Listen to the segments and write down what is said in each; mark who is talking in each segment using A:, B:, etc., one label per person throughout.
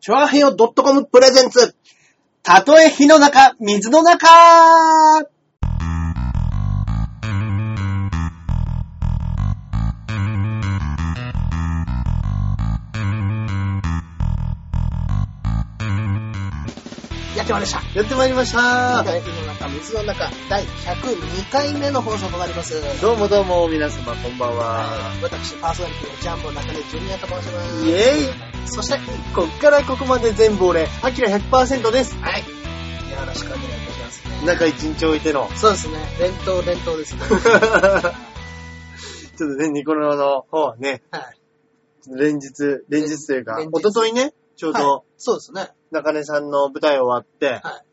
A: チョアヘヨ .com プレゼンツ。たとえ火の中、水の中
B: やってまいりました。
A: やってまいりまし
B: 火
A: た。
B: の中、水の中、第102回目の放送となります。
A: どうもどうも、皆様こんばんは。
B: はい私、パーソナリティのジャンボ中根ジュニアと申します。
A: イェ
B: そして、
A: イこっからここまで全部俺、アキラ100%です。
B: はい。よろしくお願いいたします、ね。
A: 中一日置いての。
B: そうですね。連投、連投ですね。
A: ちょっとね、ニコロの方ね、
B: はい。
A: 連日、連日というか
B: 連、日
A: おとといね、ちょう
B: は
A: ど
B: いそうですね。
A: 中根さんの舞台終わって、
B: はい。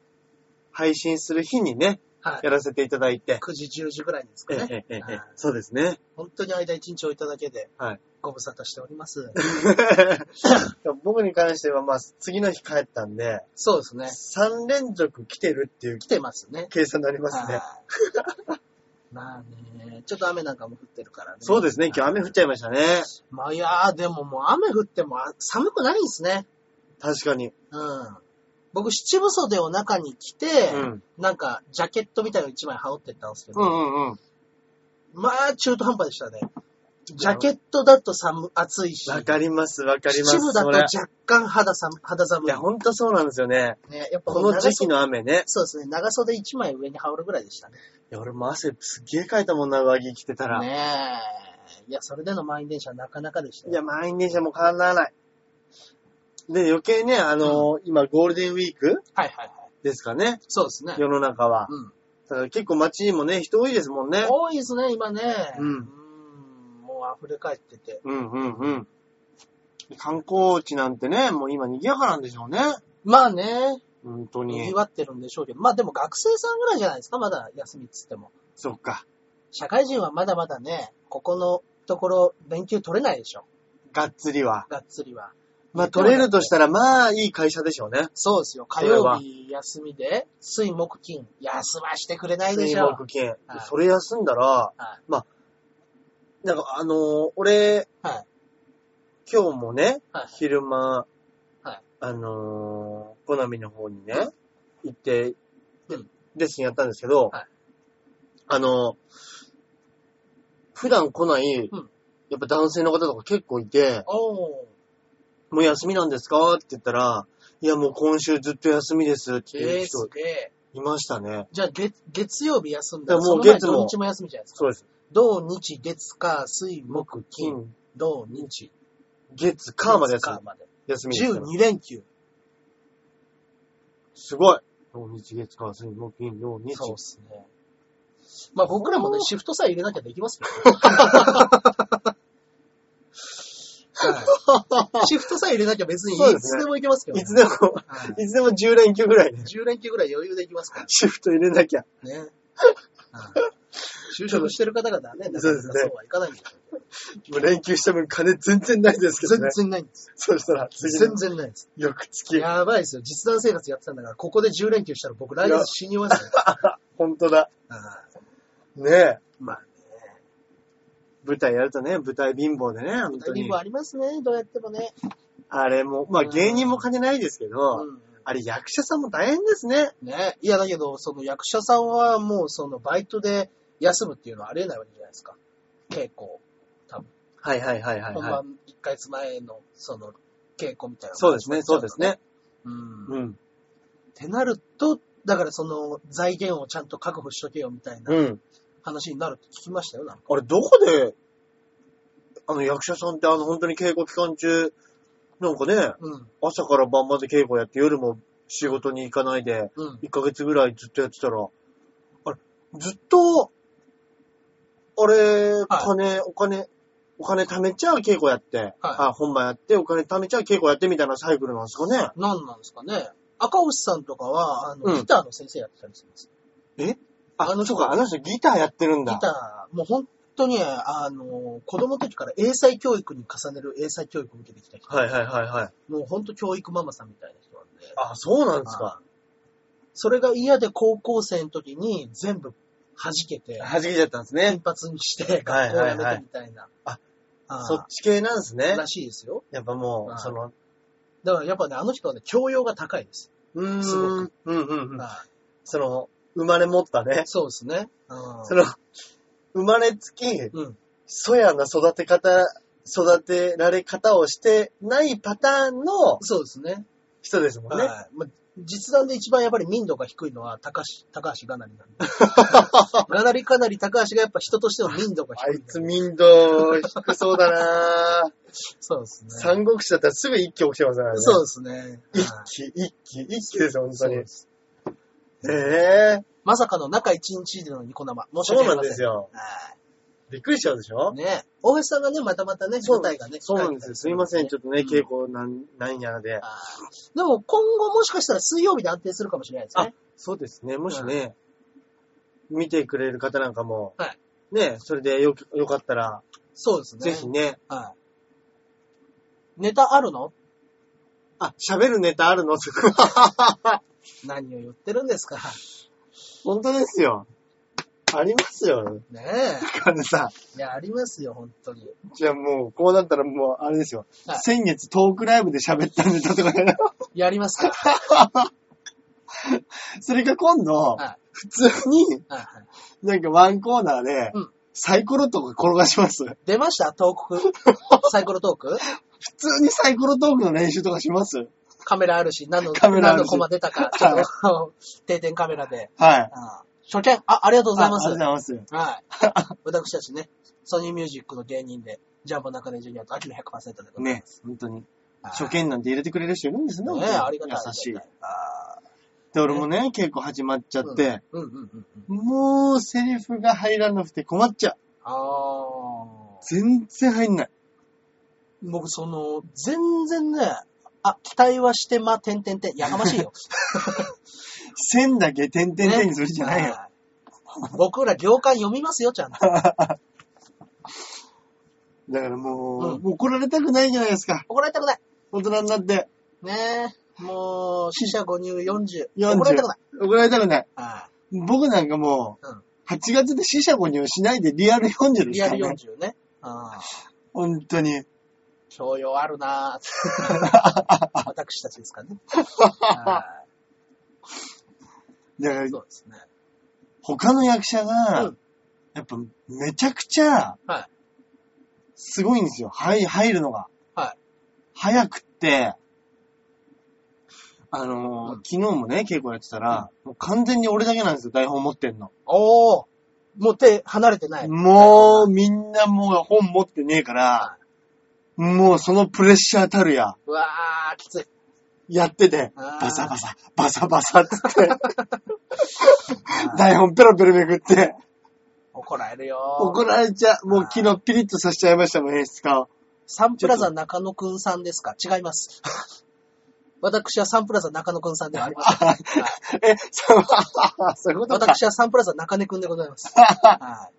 A: 配信する日にね、
B: はい
A: や。らせていただいて。
B: 9時、10時ぐらいですかね。
A: ええええええ
B: はい
A: そうですね。
B: 本当に間一日置いただけで、
A: はい。
B: ご無沙汰しております。
A: 僕に関しては、まあ、次の日帰ったんで、
B: そうですね。
A: 3連続来てるっていう
B: 来てますね。
A: 計算になりますね。
B: はい まあね、ちょっと雨なんかも降ってるからね。
A: そうですね、今日雨降っちゃいましたね。
B: まあいやー、でももう雨降ってもあ寒くないんですね。
A: 確かに。
B: うん。僕、七分袖を中に着て、
A: うん。
B: なんか、ジャケットみたいの一枚羽織ってったんですけど、
A: うんうんうん。
B: まあ、中途半端でしたね。ジャケットだと寒、暑いし、
A: わかります、わかります。
B: 七分だと
A: それ
B: 若干肌寒、肌寒
A: い
B: い
A: や、。ほんとそうなんですよね。
B: ね、やっぱ
A: この時期
B: の。
A: の雨ね。
B: そうですね、長袖一枚上に羽織るぐらいでしたね。
A: いや、俺も汗すっげえかいたもんな、上着着てたら。
B: ねえ。いや、それでの満員電車なかなかでした
A: い
B: よ
A: や、満員電車も変わらない。で、余計ね、あのー今ゴールデンウィーク
B: はいはいはい。
A: ですかね、
B: そうですね。
A: 世の中は。
B: うん。
A: ただ結構街にもね、人多いですもんね。
B: 多いですね、今ね。
A: うん
B: んもう溢れ返ってて。
A: うんうんうん。観光地なんてね、もう今賑やかなんでしょうね。
B: まあね、
A: 本当
B: 賑
A: に。
B: わってるんでしょうけど、まあでも学生さんぐらいじゃないですか、まだ休みっつっても。
A: そっか。
B: 社会人はまだまだね、ここのところ、勉強取れないでしょ、
A: がっつりは。
B: がっつりは。
A: まあ、取れるとしたら、まあ、いい会社でしょうね。
B: そうですよ、火曜日休みで、水木金、休ましてくれないでしょ。
A: 水木金
B: はい。
A: それ休んだら、
B: はい。
A: なんか、あのー俺、
B: はい。
A: 今日もね、
B: はい。
A: 昼間、
B: はい
A: あのー、コナミの方にね、行って、で
B: うん
A: レッスンやったんですけど、
B: はい
A: あのー、普段来ない、
B: うん
A: やっぱ男性の方とか結構いて、
B: おー。
A: もう休みなんですかって言ったら、いやもう今週ずっと休みですってい
B: え
A: う
B: ー、
A: 人
B: すげえ。
A: いましたね。
B: じゃあ月、月曜日休んだ
A: いやもう
B: その前
A: 月も
B: 土日も休みじゃないですか。
A: そうです。
B: 土日、月、火、水、木、金、
A: 金、
B: 土、日、
A: 月、火まで休
B: 月
A: み
B: 火。まで。
A: 休みですから。
B: 12連休。
A: すごい。土日月火水木金土日。
B: そうですね。まあ僕らもね、シフトさえ入れなきゃできますけどね、はいシフトさえ入れなきゃ別に
A: そう
B: い
A: です
B: つ
A: ね
B: でもいけますけど、
A: いつでも、
B: はい
A: いつでも10連休ぐらいね、
B: 10連休ぐらい余裕でいきますか
A: シフト入れなきゃ。
B: ら ね。はい就職してる方々はね、なか
A: そう
B: な
A: です
B: かそ
A: ね
B: うはいかないんでしょう
A: もう連休した分金全然ないですけど
B: 全
A: ね。
B: 然ないんです。
A: そしたら、次
B: 全
A: の
B: 然ないです。
A: 翌月。
B: やばいですよ。実弾生活やってたんだから、ここで10連休したら僕来月死にますよ。
A: ほんとだ。
B: はい
A: ねえ。
B: まあね。
A: 舞台やるとね、舞台貧乏でね、本当
B: 二
A: に
B: 分。ありますね、どうやってもね。
A: あれも、まあ芸人も金ないですけど、
B: うん
A: あれ役者さんも大変ですね。
B: ね。いや、だけど、その役者さんはもう、そのバイトで休むっていうのはありえないわけじゃないですか。稽古。
A: はいはいはいはい、
B: 本
A: はい。
B: 番1ヶ月前の、その、稽古みたいな、
A: そうですね、そうです。ね。
B: うん。っ
A: うん。
B: てなると、だからその財源をちゃんと確保しとけよみたいな
A: うん。
B: 話になるって聞きましたよ、なんか。
A: あれ、どこで、あの役者さんってあの本当に稽古期間中、なんかね、
B: うん。
A: 朝から晩まで稽古やって夜も仕事に行かないで、
B: うん。
A: 1ヶ月ぐらいずっとやってたら、あれ、ずっと、あれ、金、お金、お金貯めちゃう稽古やって、あ本番やって、お金貯めちゃう稽古やってみたいなサイクルなんですかね。
B: 何なんですかね。赤星さんとかは、あの、
A: うん
B: ギターの先生やってたりするんですよ。
A: あ、の、そうか、あの人ギターやってるんだ。
B: ギター、もう本当に、あの、子供の時から英才教育に重ねる英才教育を受けてきた人。
A: はいはいはいはい。
B: もうほんと教育ママさんみたいな人なんで。
A: あ、そうなんです
B: は
A: か。
B: それが嫌で高校生の時に全部弾けて、
A: 弾けちゃったんです
B: 金
A: ね。
B: 髪にして
A: はい
B: 学校を
A: はいは
B: や
A: い
B: めてみたいな。
A: あ
B: あー、
A: そっち系なんですね
B: ら。しいですよ。
A: やっぱもう、
B: はい
A: その、
B: だからやっぱね、あの人はね、教養が高いです。
A: うーん。
B: すごく
A: うんうんうん。
B: は
A: その、生まれ持ったね
B: い。。そうですね。うん
A: その、生まれつき、
B: うん。
A: そやな育て方、育てられ方をしてないパターンの
B: そうですね。
A: 人ですもんね。
B: はい。まあ実弾で一番やっぱり民度が低いのは高橋、高橋がなり なんで。がなりかなり高橋がやっぱ人としての民度が
A: あ
B: 低いん
A: い
B: で。
A: つ民度低そうだなぁ。
B: そうですね。
A: 三国志だったらすぐ一気起きてますからね。
B: そうですね。
A: 一
B: はい
A: 気、一気、一気です、本当
B: そう
A: に。え
B: です
A: え
B: まさかの中1日でのニコ生。申し
A: そう
B: 訳あ
A: な
B: り
A: んで
B: ません。
A: すよ。
B: は
A: びっくりしちゃうでしょ
B: い。ね大橋さんがね、またまたね、舞台がね。
A: そうなんですよ。すいません。ちょっとね、稽古なん、なんやらで。
B: あーでも今後もしかしたら水曜日で安定するかもしれないですね。
A: そうですね。もしね、見てくれる方なんかも
B: は、
A: ね、それでよ、よかったら、
B: そうですね。
A: ぜひね、
B: はい。ネタあるの
A: あ、喋るネタあ るの
B: 何を言ってるんですか。
A: 本当ですよ。ありますよ。
B: ね
A: カズさん。
B: え。いや、ありますよ、本当に。
A: じゃあもう、こうなったらもう、あれですよ。
B: はい
A: 先月トークライブで喋ったネタとかね。
B: や りますか。
A: それが今度、
B: は
A: 普通に、
B: い。はいはい。
A: なんかワンコーナーで
B: うん、
A: サイコロとか転がします。
B: 出ましたトーク。サイコロトーク
A: 普通にサイコロトークの練習とかします。
B: カメラあるし、何の、
A: カメラあ
B: 何
A: る
B: の
A: し
B: コマ出たか、ちょっと、 定点カメラで。
A: はい。
B: あー初見、あ、ありがとうございます
A: ああ。りがとうございます。
B: はい。私たちね、ソニーミュージックの芸人で、ジャンボ中根ジュニアと秋の100%でございま
A: ね
B: す。、
A: 本当に。
B: はい
A: 初見なんて入れてくれる人いるんですね。
B: ね
A: 本当に
B: ありがたい。
A: 優しい。
B: あ
A: で、俺もね、稽古始まっちゃって、
B: ーうんうんうんうん。
A: もうセリフが入らなくて困っちゃう。
B: ああ。
A: 全然入んない。
B: 僕、その、全然ね、あ、期待はしてま、てんてんてん。やかまし いよ。
A: 線だけ点々点にするじゃないよ。
B: はい僕ら行間読みますよ、ち ゃんと。
A: だからもう、
B: うん
A: もう怒られたくないじゃないですか。
B: 怒られたくない。
A: 大人になって。
B: ねえ。もう、死者誤入40。
A: 40
B: 怒られたくない。
A: 怒られたくない。
B: あ
A: 僕なんかもう、
B: うん
A: 8月で死者誤入しないでリアル40
B: ー
A: で
B: リ
A: す
B: ア
A: から
B: ル
A: ね。
B: 40ね。ああ。
A: 本当に。
B: 教養あるなぁ。 私たちですか ね。はい
A: だから、
B: そうですね。
A: 他の役者が、
B: うん
A: やっぱめちゃくちゃ
B: はい、
A: すごいんですよ。はい、入るのが。
B: は
A: 早くって、あのー
B: うん
A: 昨日もね、稽古やってたら、もう完全に俺だけなんですよ、台本持ってんの。
B: おー。もう手離れてない。
A: もう、みんなもう本持ってねえから、もうそのプレッシャーたるや、
B: うわー、きつい。
A: やってて、
B: あー
A: バサバサ、バサバサっつ って、 台本ペロペロめくって、
B: 怒られるよ
A: 怒られちゃう。もう昨日ピリッとさせちゃいましたもん、演出家を。
B: サンプラザ中野くんさんですか違い ます。私はサンプラザ中野くんさんでは ありません。はい
A: え、 そう、そういうことか。
B: 私はサンプラザ中根くんでござい ます。はい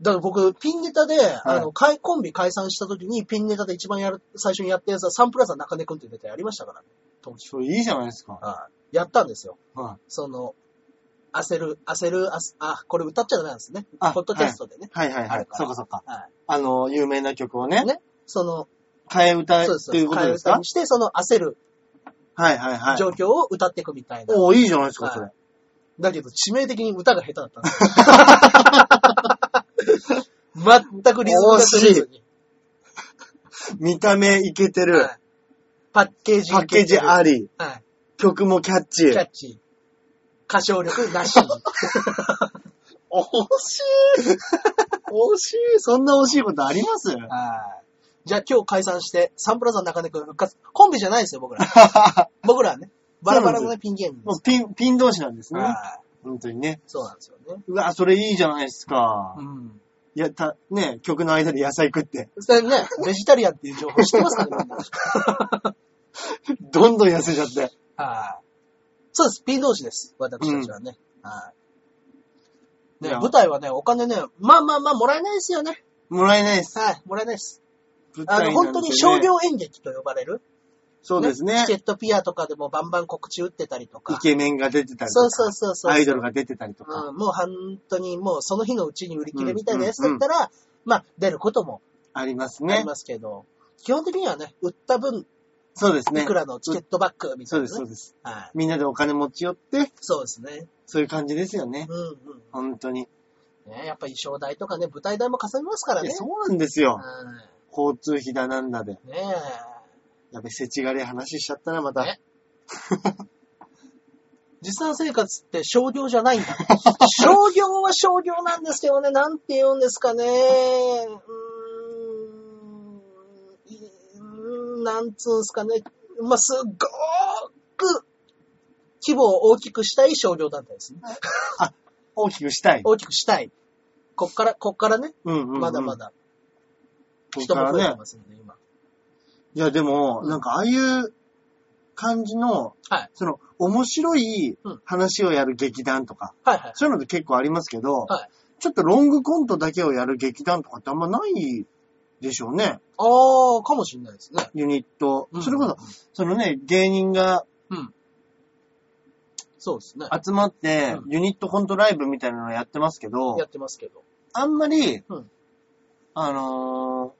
B: だから僕、ピンネタで、あの、かいコンビ解散した時に、ピンネタで一番やる、最初にやったやつは、サンプラザ中根くんっていうネタやりましたからね。当時。
A: そう、いいじゃないですか。
B: はいやったんですよ。
A: は
B: その、焦る、焦る、あす、あ、これ歌っちゃダメなんですね。
A: あ
B: ポッドキャストでね。
A: いはいはい
B: あ
A: は
B: る
A: い。
B: から
A: そうかそうか。
B: はい。
A: あの、有名な曲をね、
B: ねその、
A: 替え歌
B: そうです。
A: っていうこと
B: 替え
A: です
B: 歌
A: か
B: にして、その焦る
A: はいはいはい。
B: 状況を歌っていくみたいな。
A: おいいじゃないですか、それ
B: は。だけど、致命的に歌が下手だったんです よ。全くリズムが取れずに。
A: 見た目いけてる
B: は。いパッケージ
A: パッケージあ
B: る。
A: り。
B: はい。
A: 曲もキャッチ
B: キ
A: ー
B: ャ。ッチー。歌唱力 なし。惜
A: 惜し い惜しいそんな惜しいことあります
B: はい。じゃあ今日解散して、サンプラザ中根くん復活。コンビじゃないですよ、僕ら。僕らはね。バラバラのね、ピンゲームで
A: もう
B: す。
A: ピン、ピン同士なんですね。
B: はい。
A: 本当にね。
B: そうなんですよね。
A: うわ、それいいじゃないですか
B: う。ん。
A: いや、た、ね、曲の間で野菜食って、
B: それね、ベジタリアンっていう情報知ってますからねみんな
A: どんどん痩せちゃって。
B: はい。そうです。P 同士です。私たちはね。はい。
A: い
B: ね、
A: や
B: 舞台はね、お金ね、まあまあまあ、もらえないですよね。
A: もらえないです。
B: はい、もらえないです。
A: 舞
B: あ
A: 台
B: の、
A: なんて
B: 本
A: ね
B: 当に商業演劇と呼ばれる。
A: そうですね
B: チケ。ットピアとかでもバンバン告知打ってたりと
A: イ
B: か。
A: ケメンが出てたりと
B: そ
A: か、
B: うそうそうそう。
A: アイドルが出てたりとか、
B: うん、もう本当にもうその日のうちに売り切れみたいなやつ
A: うん
B: だったら、まあ、出ることも
A: あります
B: あ
A: ね
B: り。ますけど、基本的にはね、売った分、
A: そうです
B: い
A: ね
B: く。らのチケットバックみた
A: そ
B: いうな、ね。
A: です、そうです。
B: はい。
A: みんなでお金持ち寄って、
B: そうですね。
A: そういう感じですよね。
B: うん
A: 本当に。
B: うん。ね、やっぱ衣装代とかね、舞台代もかさみますから
A: い
B: ね。
A: やそうなんですよ。
B: は
A: 交通費だなんだで。
B: い。ねえ。
A: やべ、せちがれえ話しちゃったな、また。
B: ね実際生活って商業じゃないんだ。 商業は商業なんですけどね、なんて言うんですかね。うーんい、うーんなんつうんですかね。まあ、すっごーく規模を大きくしたい商業団体ですね。
A: 大きくしたい。
B: 大きくしたい。こっから、こっからね、
A: うんうん、うん。
B: まだま。だ
A: ここ
B: 人
A: か
B: も増え
A: ら
B: て
A: ね。
B: ますんで、今。
A: いや、でも、なんか、ああいう感じの、
B: はい。
A: その、面白い
B: うん
A: 話をやる劇団とか、
B: はいはい。
A: そういうのって結構ありますけど、
B: はい
A: ちょっとロングコントだけをやる劇団とかってあんまないでしょうね。
B: ああ、かもしれないですね。
A: ユニット。
B: うん
A: それこそ、そのね、芸人が
B: そうですね。
A: 集まって、
B: うん
A: ユニットコントライブみたいなのやってますけど
B: や、ってますけど。
A: あんまり、
B: うん
A: あのー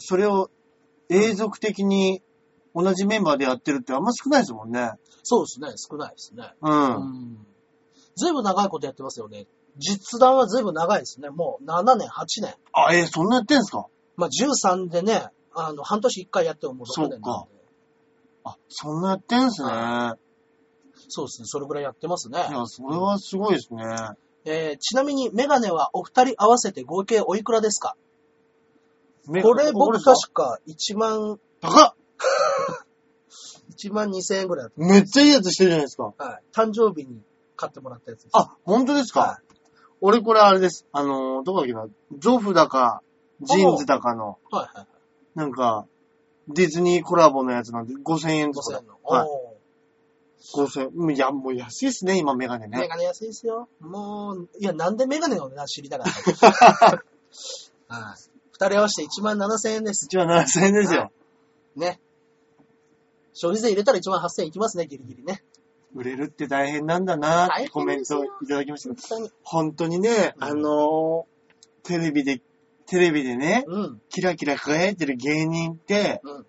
A: それを永続的に同じメンバーでやってるってあんま少ないですもんね。
B: そうですね。少ないですね。
A: うん。
B: うん。ずいぶん長いことやってますよね。実弾はずいぶん長いですね。もう7年、8年。
A: あ、えーそんなやってんすか
B: まあ13でね、あの、半年1回やってももう6年なんで。
A: あ、そんなやってんすね。
B: そうですね。それぐらいやってますね。
A: いや、それはすごいですね。
B: えーちなみにメガネはお二人合わせて合計おいくらですか
A: め
B: これ
A: こで
B: 僕
A: す
B: 確か1万、
A: か高っ
B: 1万2千円ぐらいだっ
A: めっちゃいいやつしてるじゃないですか。
B: た。はい。誕生日に買ってもらったやつです。
A: あ、本当ですか、
B: は
A: 俺これあれです。あのー、どこだっけな、ゾフだか、ジーンズだかの、
B: い。はいはい。
A: なんか、ディズニーコラボのやつなんで、5000円と
B: 5000
A: か
B: 円の。
A: はい
B: おー
A: 5000円。いや、もう安いっすね、今メガネね。
B: メガネ安いですよ。もう、いや、なんでメガネの値段知りたかった。はい。二人合わせて1万7000円です。
A: 1万7000円ですよ。
B: はね。消費税入れたら1万8000円いきますね、ギリギリね。
A: 売れるって大変なんだなーってコ
B: 大
A: メ
B: 変
A: ン
B: ですよ
A: トいただきました
B: 本。当に。
A: 本当にね、
B: うん
A: あのー、テレビで、テレビでね、
B: うん。
A: キラキラ輝いてる芸人って、
B: うん。い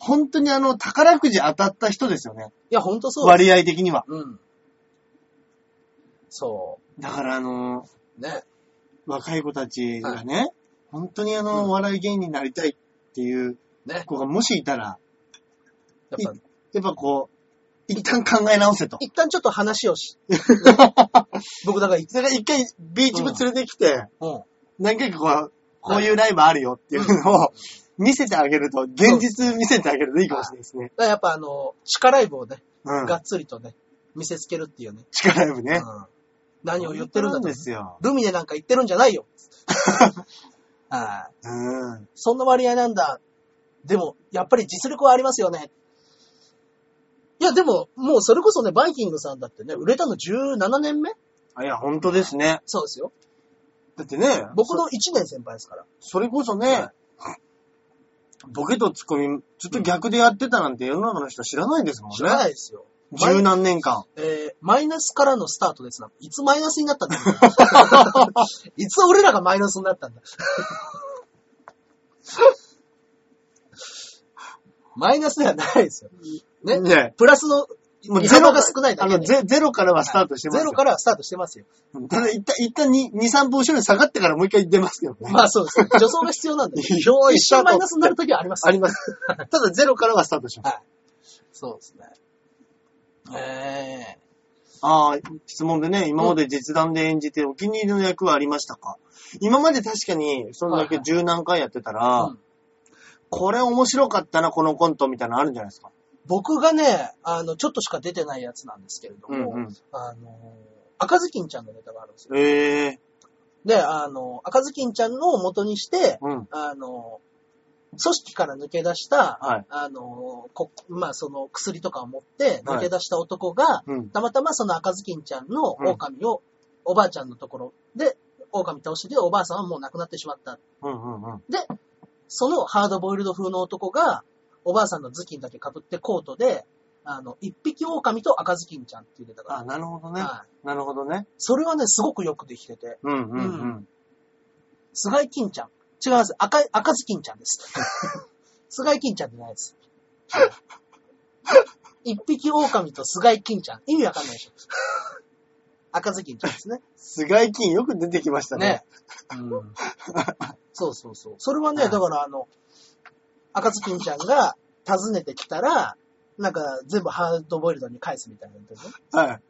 A: 本当にあの、宝くじ当たった人ですよね。
B: や、ほんとそうです。
A: 割合的には。
B: うん。そ
A: だからあのー、
B: う。ね。
A: 若い子たちがね、本当にあの、
B: うん
A: お笑い芸人になりたいっていう
B: ね。
A: 子がもしいたら、
B: やっぱ、
A: やっぱこう、一旦考え直せと。
B: 一旦ちょっと話をし、 僕だからい、
A: それが一回ビーチ部連れてきて、
B: うん。
A: 何回かこう、こういうライブあるよっていうのを見せてあげると、現実見せてあげるといいかもしれないですね。
B: だからやっぱあの、力い棒をね、
A: うん。
B: がっつりとね、見せつけるっていうね。
A: 力ライブね。
B: うん。何を言ってる
A: 本当
B: んだ
A: なん
B: と
A: で。すよ。
B: ルミネなんか言ってるんじゃ ないよ。はい
A: うん。
B: そんな割合なんだ。でも、やっぱり実力はありますよね。いや、でも、もうそれこそね、バイキングさんだってね、売れたの17年目
A: あいや、本当ですね。
B: そうですよ。
A: だってね、
B: 僕の1年先輩ですから。
A: それこそね、ボケとツッコミ、ずっと逆でやってたなんて世の中の人は知らないですもんね。
B: 知らないですよ。
A: 十何年間。
B: えー、マイナスからのスタートですな。いつマイナスになった んだいつ俺らがマイナスにな ったんだマイナスではないですよ。ね
A: ね
B: プラスの、
A: もう
B: ゼ
A: ゼ
B: ロ
A: ロ
B: が少ないだ
A: あ
B: け
A: の、
B: で。
A: ゼゼロからはスタートしてますよ。
B: ゼロからはスタートしてますよ。
A: ただ、一旦、一旦に、二、三歩後ろに下がってからもう一回出ますけどね。
B: まあそう です。助走が必要なんで。
A: いや
B: 一
A: スター
B: 瞬
A: ト
B: マイナスになるときはあります。
A: あり ます。ただ、ゼロからはスタートします。
B: そうですね。ええ
A: ああ、質問でね、今まで実弾で演じてお気に入りの役はありましたか今まで確かに、そんだけ十何回やってたら、
B: うん
A: これ面白かったな、このコントみたいなのあるんじゃないですか。
B: 僕がね、あの、ちょっとしか出てないやつなんですけれども、
A: うんうん
B: あの、赤ずきんちゃんのネタがあるんですよ。
A: ええ
B: で、あの、赤ずきんちゃんの元にして、
A: うん。
B: あの、組織から抜け出した、
A: はい。
B: あの、こまあ、その薬とかを持って抜け出した男が、
A: うん。
B: たまたまその赤ずきんちゃんの狼を、おばあちゃんのところで、狼倒してて、おばあさんはもう亡くなってしまった。
A: うんうんうん。
B: そのハードボイルド風の男が、おばあさんの頭巾だけ被ってコートで、あの、一匹狼と赤ずきんちゃんっていうネタが
A: あ、
B: あ
A: なるほど
B: る、
A: ね。
B: はい。
A: なるほどね。
B: それはね、すごくよくできてて、
A: うんうんう。
B: うん 菅井金ちゃん。違います。赤い、赤ずきんちゃんです。菅井金ちゃんじゃないです。一匹狼と菅井金ちゃん。意味わかんない でしょ。赤ずきんちゃんですね。
A: 菅井金よく出てきましたね。
B: ね。うん、そうそうそう。それはね、だからあの、赤ずきんちゃんが訪ねてきたら、なんか全部ハードボイルドに返すみたいなのとね。
A: はい。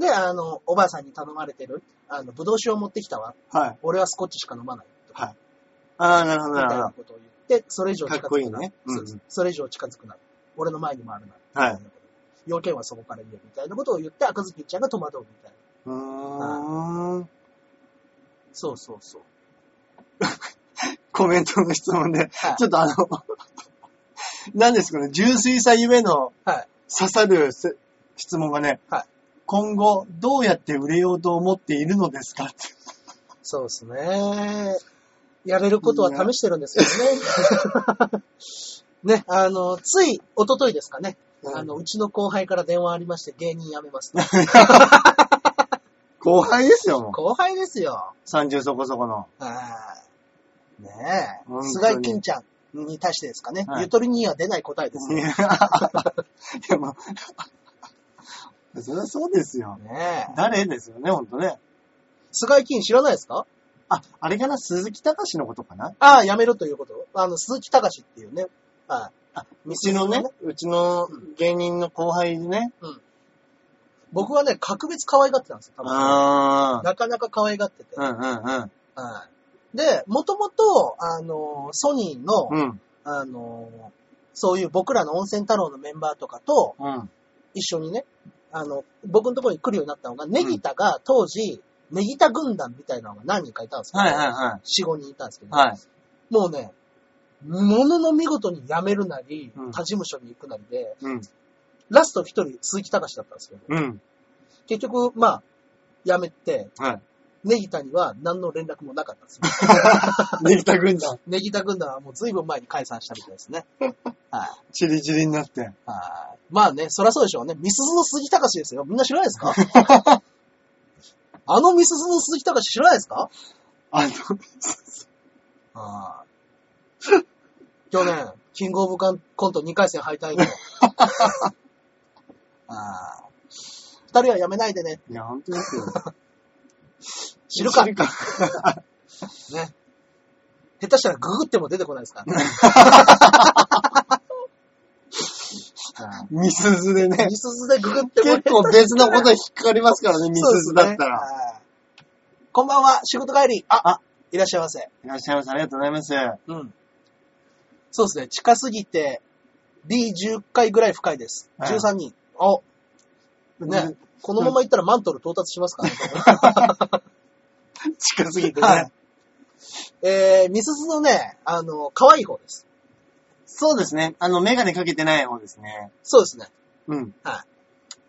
B: で、あの、おばあさんに頼まれてる、あの、ぶどう酒を持ってきたわ。
A: はい。
B: 俺はスコッチしか飲まない。
A: ああ、なるほど、
B: み
A: な
B: たい
A: るほ
B: なことを言って、それ以上近づくな。
A: かっこいいねうん
B: そうですそれ以上近づくな。俺の前に回るな。
A: ど。はい。
B: 要件はそこから言えみたいなことを言って、赤ずきんちゃんが戸惑うみたいな。
A: うーん。
B: そうそうそう。
A: コメントの質問で、
B: はい
A: ちょっとあの、 何ですかね、純粋さゆえの
B: はい。
A: 刺さるせ質問がね、
B: はい
A: 今後どうやって売れようと思っているのですかって。
B: そうですね。やれることは試してるんですけどね。 ね、あの、つい、一昨日ですかね。
A: うん
B: あの、うちの後輩から電話ありまして、芸人辞めますと。
A: 後輩です よ、もう。
B: 後輩ですよ。
A: 30そこそこの。
B: はい。ね
A: 本当
B: え。
A: に
B: 菅井金ちゃんに対してですかね。
A: はい
B: ゆとりには出ない答えで す
A: い
B: よ。
A: や、いやまあ、 そりゃそうですよ。
B: ねえ。
A: 誰ですよね、ほんとね。
B: 菅井金知らないですか
A: あ、あれかな、鈴木隆のことかな
B: ああ、やめろということあの、鈴木隆っていうね。は
A: うちのね、うちの芸人の後輩でね。
B: い。うん。僕はね、格別可愛がってたんですよ、多分。
A: あ
B: なかなか可愛がってて。
A: ー。うんうん
B: はい。で、もともと、あの、ソニーの、
A: うん。うん。
B: あの、そういう僕らの温泉太郎のメンバーとかと
A: うん。
B: 一緒にね、あの、僕のところに来るようになったのが、ネギタが当時、ネギタ軍団みたいなのが何人かいたんですけど、
A: はいはいは
B: 4、5人いたんですけ
A: い。
B: ど、
A: はい。
B: もうね、ものの見事に辞めるなり
A: うん、
B: 他事務所に行くなりで、
A: うん。
B: ラスト一人、鈴木隆だったんですけど、
A: うん。
B: 結局、まあ、辞めて、
A: はい。
B: ネギタには何の連絡もなかっ たんですよ。
A: ネギタ軍団、
B: ネギタ軍団はもう随分前に解散したみたいですね。はい。
A: チリチリになって。
B: はい。まあね、そりゃそうでしょうね。ミスズの鈴木隆ですよ。みんな知らないですか あのミスズの鈴木隆知らないですか
A: あの、
B: はい。去年、キングオブコント2回戦敗 退の。はい。二人は辞めないでね。
A: いや、本当ですよ。
B: 知るか。
A: 知るか。
B: ね。下手したらググっても出てこないで すからね。はい
A: ミスズでね。
B: ミスズでググっても
A: 結構別のことに引っかかりますからね、ミスズだったら。
B: ら。こんばんは、仕事帰り。あ、
A: あ
B: いらっしゃいませ。
A: いらっしゃいませ。ありがとうございます。
B: うん。そうですね、近すぎて、B10 回ぐらい深いです。
A: はい
B: 13人。お、ね
A: ね、、
B: このまま行ったらマントル到達しますから ね。
A: 近すぎてね。
B: はいえー、ミスズのね、あの、可愛い方です。
A: そうですね。あの、メガネかけてない方ですね。
B: そうですね。
A: うん。
B: は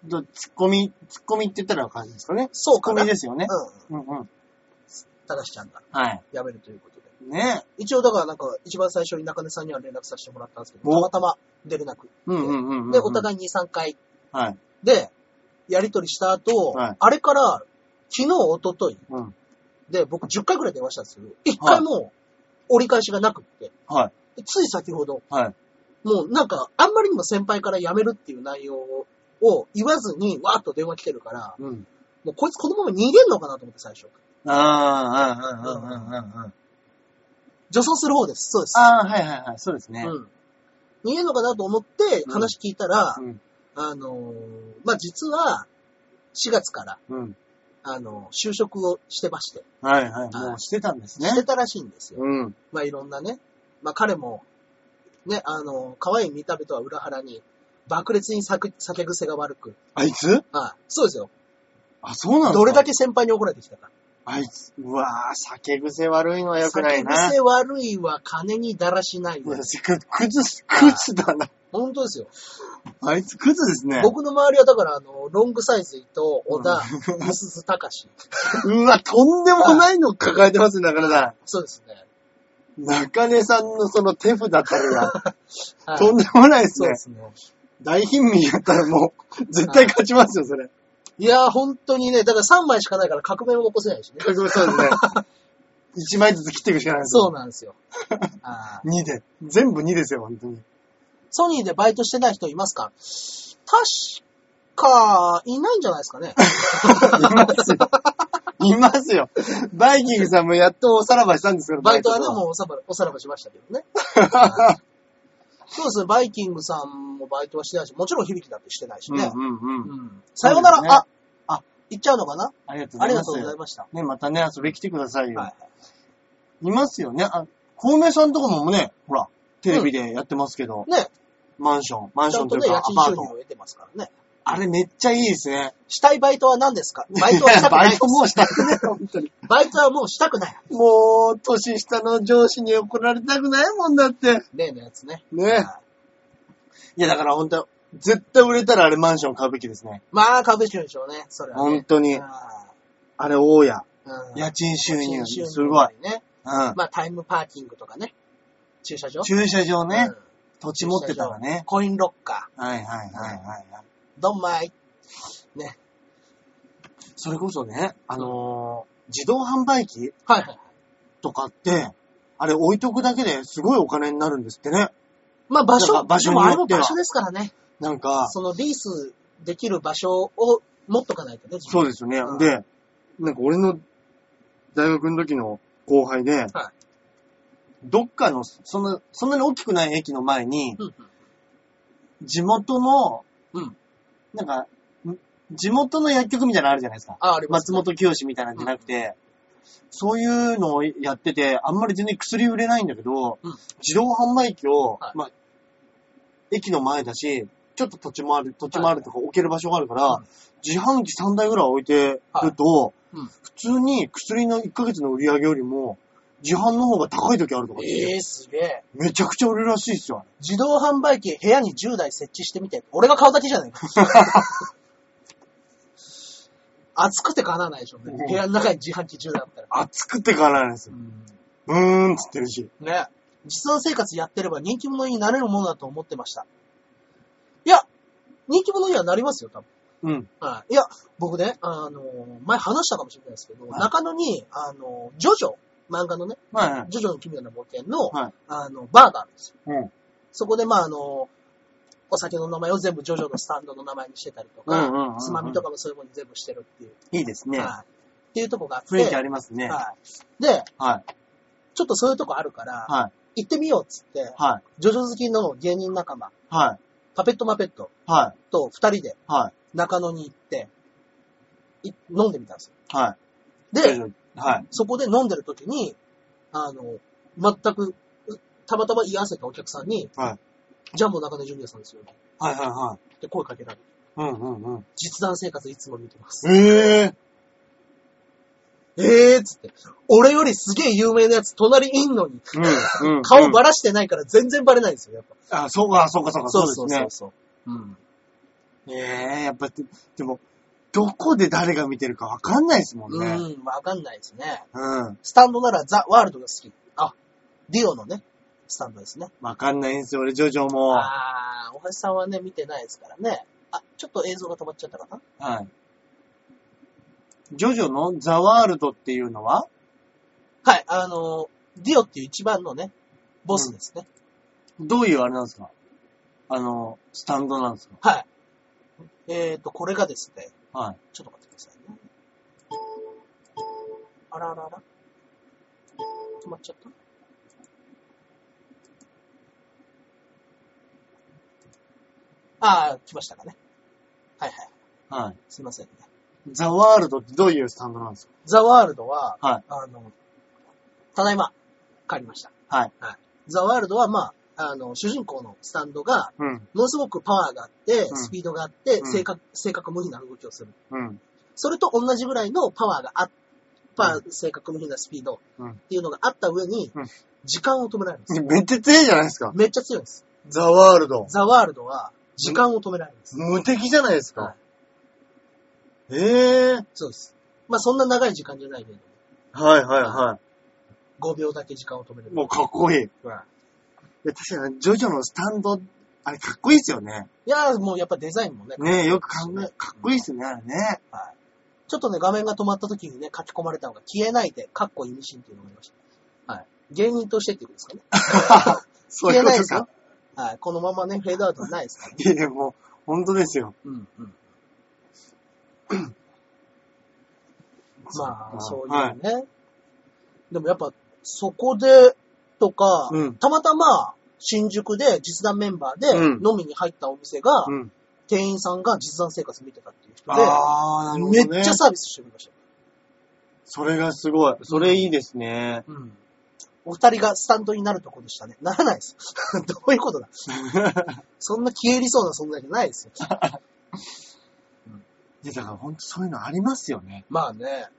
A: とツッコミ、ツッコミって言ったら感じですかね。
B: そう
A: ツ
B: か
A: ッ
B: な。
A: コミですよね。
B: うん。
A: うんうん。
B: 高橋ちゃんが
A: はい。
B: 辞めるということで。
A: ね。
B: 一応だからなんか、一番最初に中根さんには連絡させてもらったんですけど、た
A: お
B: またま出れなく。
A: うんうんうんうん、
B: で、お
A: い。
B: 互い2、3回
A: はい。
B: で、やりとりした後、
A: はい
B: あれから、昨日、一昨日
A: うん。
B: で、僕10回ぐらい電話したんですけど、1回も折り返しがなくって、
A: はい。
B: つい先ほど、
A: はい。
B: もうなんか、あんまりにも先輩から辞めるっていう内容を言わずに、わーっと電話来てるから、
A: うん。
B: もうこいつこのまま逃げんのかなと思って最初。
A: ああ、うんうんうんうんうん。
B: 女装する方です。そうです。
A: ああ、はいはいはい。そうですね。
B: うん。逃げんのかなと思って話聞いたら、
A: うん。
B: あのーまあ、実は、4月から、
A: うん。
B: あのー就職をしてまして、
A: はいはい。もうしてたんですね
B: し。てたらしいんですよ。
A: うん。
B: まあ、いろんなね。まあ、彼も、ね、あのー可愛い見た目とは裏腹に、爆裂に酒酒癖が悪く。
A: あいつ
B: あそうですよ。
A: あ、そうなんですか
B: どれだ
A: け
B: け先輩に怒られてきたか。
A: あいつ、うわぁ、酒癖悪いのは良くないな。
B: 酒癖悪いは金にだらしない
A: いや
B: わ。
A: く、くず、くずだな。
B: 本当ですよ。
A: あいつ、くずですね。
B: 僕の周りはだから、あの、ロングサイズ伊藤、小田、ミスズ高志。
A: うわ、とんでもないの抱えてますね、中根さ
B: そうですね。
A: ん。中根さんのその手札たるが、
B: はい
A: とんでもないです
B: そう
A: ね
B: で。すね。
A: 大貧民やったらもう、絶対勝ちますよ、それ。
B: いやー、本当にね、だから3枚しかないから革命も残せないしね。
A: そうですね。1枚ずつ切っていくしかないです。
B: そうなんですよ。あー
A: 2で。全部2ですよ、本当に。
B: ソニーでバイトしてない人いますか確か、いないんじゃないです かね。
A: いますよ。いますよ。バイキングさんもやっとおさらばしたんですけど、
B: バイトはね、
A: で
B: もうおさばおさらばしましたけ どね。はいそうですね、バイキングさんもバイトはしてないし、もちろん響きだってしてないし
A: うん
B: ね。
A: うんうん。
B: うんさようなら、
A: そうですね
B: あ、あ、行っちゃうのかな
A: ありがとうご
B: あ
A: ざ
B: り
A: い
B: が
A: ま
B: とうござい
A: す。
B: ました。
A: ね、またね、遊びに来てくださいよ。
B: はい
A: いますよね。あ、孔明さんとかもね、ほら、テレビでやってますけど、
B: い。ね、
A: マンション、マン
B: ち
A: シ
B: ゃ
A: ョ
B: ん
A: ンと
B: と
A: いう
B: ね、
A: か
B: 家賃
A: アパ
B: 収
A: ー
B: 入を
A: ト。
B: 得てますからね。
A: あれめっちゃいいですね。
B: したいバイトは何ですかバイトはしたくない
A: バ
B: で
A: イ
B: す
A: ト。もうしたくない、本当に。
B: バイトはもうしたくない。
A: もう、年下の上司に怒られたくないもんだって。
B: 例のやつね。
A: ね
B: はい
A: いや、だから本当絶対売れたらあれマンション買うべきですね。
B: まあ、株式でしょうね。それは
A: 本
B: ね。
A: 当に。
B: あ
A: あれ、大家。
B: ーうん
A: 家賃収入。
B: 家賃
A: すごい。。
B: ね。
A: う
B: まあ、タイムパーキングとかね。駐車場
A: ん。駐車場ね
B: う、ん
A: 土地持ってたらね。
B: コインロッカ
A: はいはいはいはいはい。
B: ー。ドンマイ。
A: それこそね、あのー自動販売機
B: はいはい。
A: とかって、あれ置いとくだけですごいお金になるんですってね。
B: まあ、場
A: な
B: 所、
A: んか場所
B: でもあれ
A: によ
B: も
A: っては
B: 場所ですからね。
A: なんか、
B: そのリースできる場所を持っとかないとね。
A: そう
B: で
A: ですよね
B: うん。
A: で、なんか俺の大学の時の後輩で、どっかの、そんな、そんなに大きくない駅の前に、
B: うん
A: 地元の、
B: うん。うん。
A: なんか、ん地元の薬局みたいなのあるじゃないですか。
B: あ、あります、
A: 松本清みたいなんじゃなくて、そういうのをやってて、あんまり全然薬売れないんだけど、
B: うん
A: 自動販売機を、
B: はい
A: まあ、駅の前だし、ちょっと土地もある、土地もあるとか置ける場所があるから、
B: うん
A: 自販機3台ぐらい置いてると、
B: いうん
A: 普通に薬の1ヶ月の売り上げよりも、自販の方が高い時あるとかって、
B: ええー、すげえ。
A: めちゃくちゃ売れるらしいですよ。
B: 自動販売機、部屋に10台設置してみて。俺が買うだけじ ゃないか。暑くてかなわないでしょ、ね。部屋の中に自販機10台あったら。
A: 熱くてからなんです
B: う
A: よ。う
B: ん
A: ーんっつってるし。
B: ね。実存生活やってれば人気者になれるものだと思ってました。いや、人気者にはなりますよ、多分。
A: うん。
B: はい。いや、僕ね、あのー、前話したかもしれないですけど、
A: はい
B: 中野に、あのー、ジョジョ、漫画のね、
A: はいはい。
B: ジョジョの奇妙な冒険の、
A: はい
B: あの、バーがあるんですよ。
A: うん。
B: そこで、まあ、あのー、お酒の名前を全部ジョジョのスタンドの名前にしてたりと
A: うんうんうんう
B: か
A: ん、
B: つまみとかもそういうものに全部してるっていう、
A: いいですね。
B: はい。っていうとこがあって、
A: 雰囲気ありますね。
B: はい。で、
A: はい。
B: ちょっとそういうとこあるから、
A: はい。
B: 行ってみようっつって、
A: はい。
B: ジョジョ好きの芸人仲間、
A: はい。
B: パペットマペット
A: はい。
B: と二人で
A: はい。
B: 中野に行って、い飲んでみたんですよ。
A: は
B: で、
A: い。はい。
B: そこで飲んでる時に、あの、全く、うたまたま居合わせたお客さんに、
A: はい
B: じゃあもう中根ジュニアさんですよね。
A: はい。はい。
B: って声かけられて、
A: うんうんうん。
B: 実弾生活いつも見てます。
A: ええ
B: えーっつって、俺よりすげえ有名なやつ隣いんのに、
A: うんうん。
B: 顔ばらしてないから全然バレないんですよ、やっぱ。
A: あ、そうか、そうか、そうか、そうです
B: そ
A: ね
B: う。そうそう。うん。
A: ええやっぱ、ででも、どこで誰が見てるかわかんないですもんね。
B: うん、わかんないですね。
A: うん。
B: スタンドならザ・ワールドが好き。あ、ディオのね、スタンドですね。
A: わかんないんですよ、俺、ジョジョも。は。
B: あー、お橋さんはね、見てないですからね。あ、ちょっと映像が止まっちゃったかない
A: ジョジョのザワールドっていうのは
B: はい、あのー、ディオっていう一番のね、ボスですね。
A: どういうあれなんですかあの、スタンドなんですか
B: はい。えっ、ー、と、これがですね、
A: はい。
B: ちょっと待ってくださいね。あらあらあら。止まっちゃった。ああ、来ましたかね。はいはい。
A: はい。
B: すいませんね。
A: ザワールドってどういうスタンドなんです
B: ザ・ワールドは、
A: はい
B: あの、ただいま、帰りました。
A: かはい。
B: ザ・ワールドは、まあ、あの、主人公のスタンドが、
A: うん。
B: ものすごくパワーがあって、
A: うん
B: スピードがあって、
A: うん
B: 正確、正確無比な動きをする。
A: うん。
B: それと同じぐらいのパワーがあっパワー、正確無比なスピード
A: うん
B: っていうのがあった上に
A: うん、
B: 時間を止められるんです。
A: めっちゃ強いじゃないですか。
B: めっちゃ強いんです。
A: ザワールド。
B: ザ・ワールドは、時間を止められるんです。
A: 無敵じゃないですか。
B: はい
A: ええ
B: そうです。まあ、そんな長い時間じゃないけど、
A: はいはいは
B: 5秒だけ時間を止めれ
A: い。
B: る。
A: もうかっこいい。い
B: はい
A: や確かに、ジョジョのスタンド、あれかっこいいですよね。
B: いやー、もうやっぱデザインもね。
A: ねえ、よく考え、かっこいいですよね、あれ ね。
B: はい。ちょっとね、画面が止まった時にね、書き込まれたのが、消えないで、かっこ意味深っていうのがありました。はい。芸人としてっていうことですかね。
A: そういうことか。
B: はい。このままね、フェードアウトはないですから。
A: いや、もう、本当ですよ。
B: うん うん。まあ、そういう
A: はい
B: ね。でもやっぱ、そこで、とか、
A: うん
B: たまたま、新宿で実弾メンバーで
A: うん
B: 飲みに入ったお店が、
A: うん。
B: 店員さんが実弾生活見てたっていう人で、
A: ああ、なるほど、ね。
B: めっちゃサービスしてくれましたよ。
A: それがすごい。それいいですね。
B: うん。お二人がスタンドになるとこでしたね。ならないです。 どうい うことだ。そんな消えりそうな存在じゃないですよ。
A: いや、だから本当そういうのあり ますよね。
B: まあね。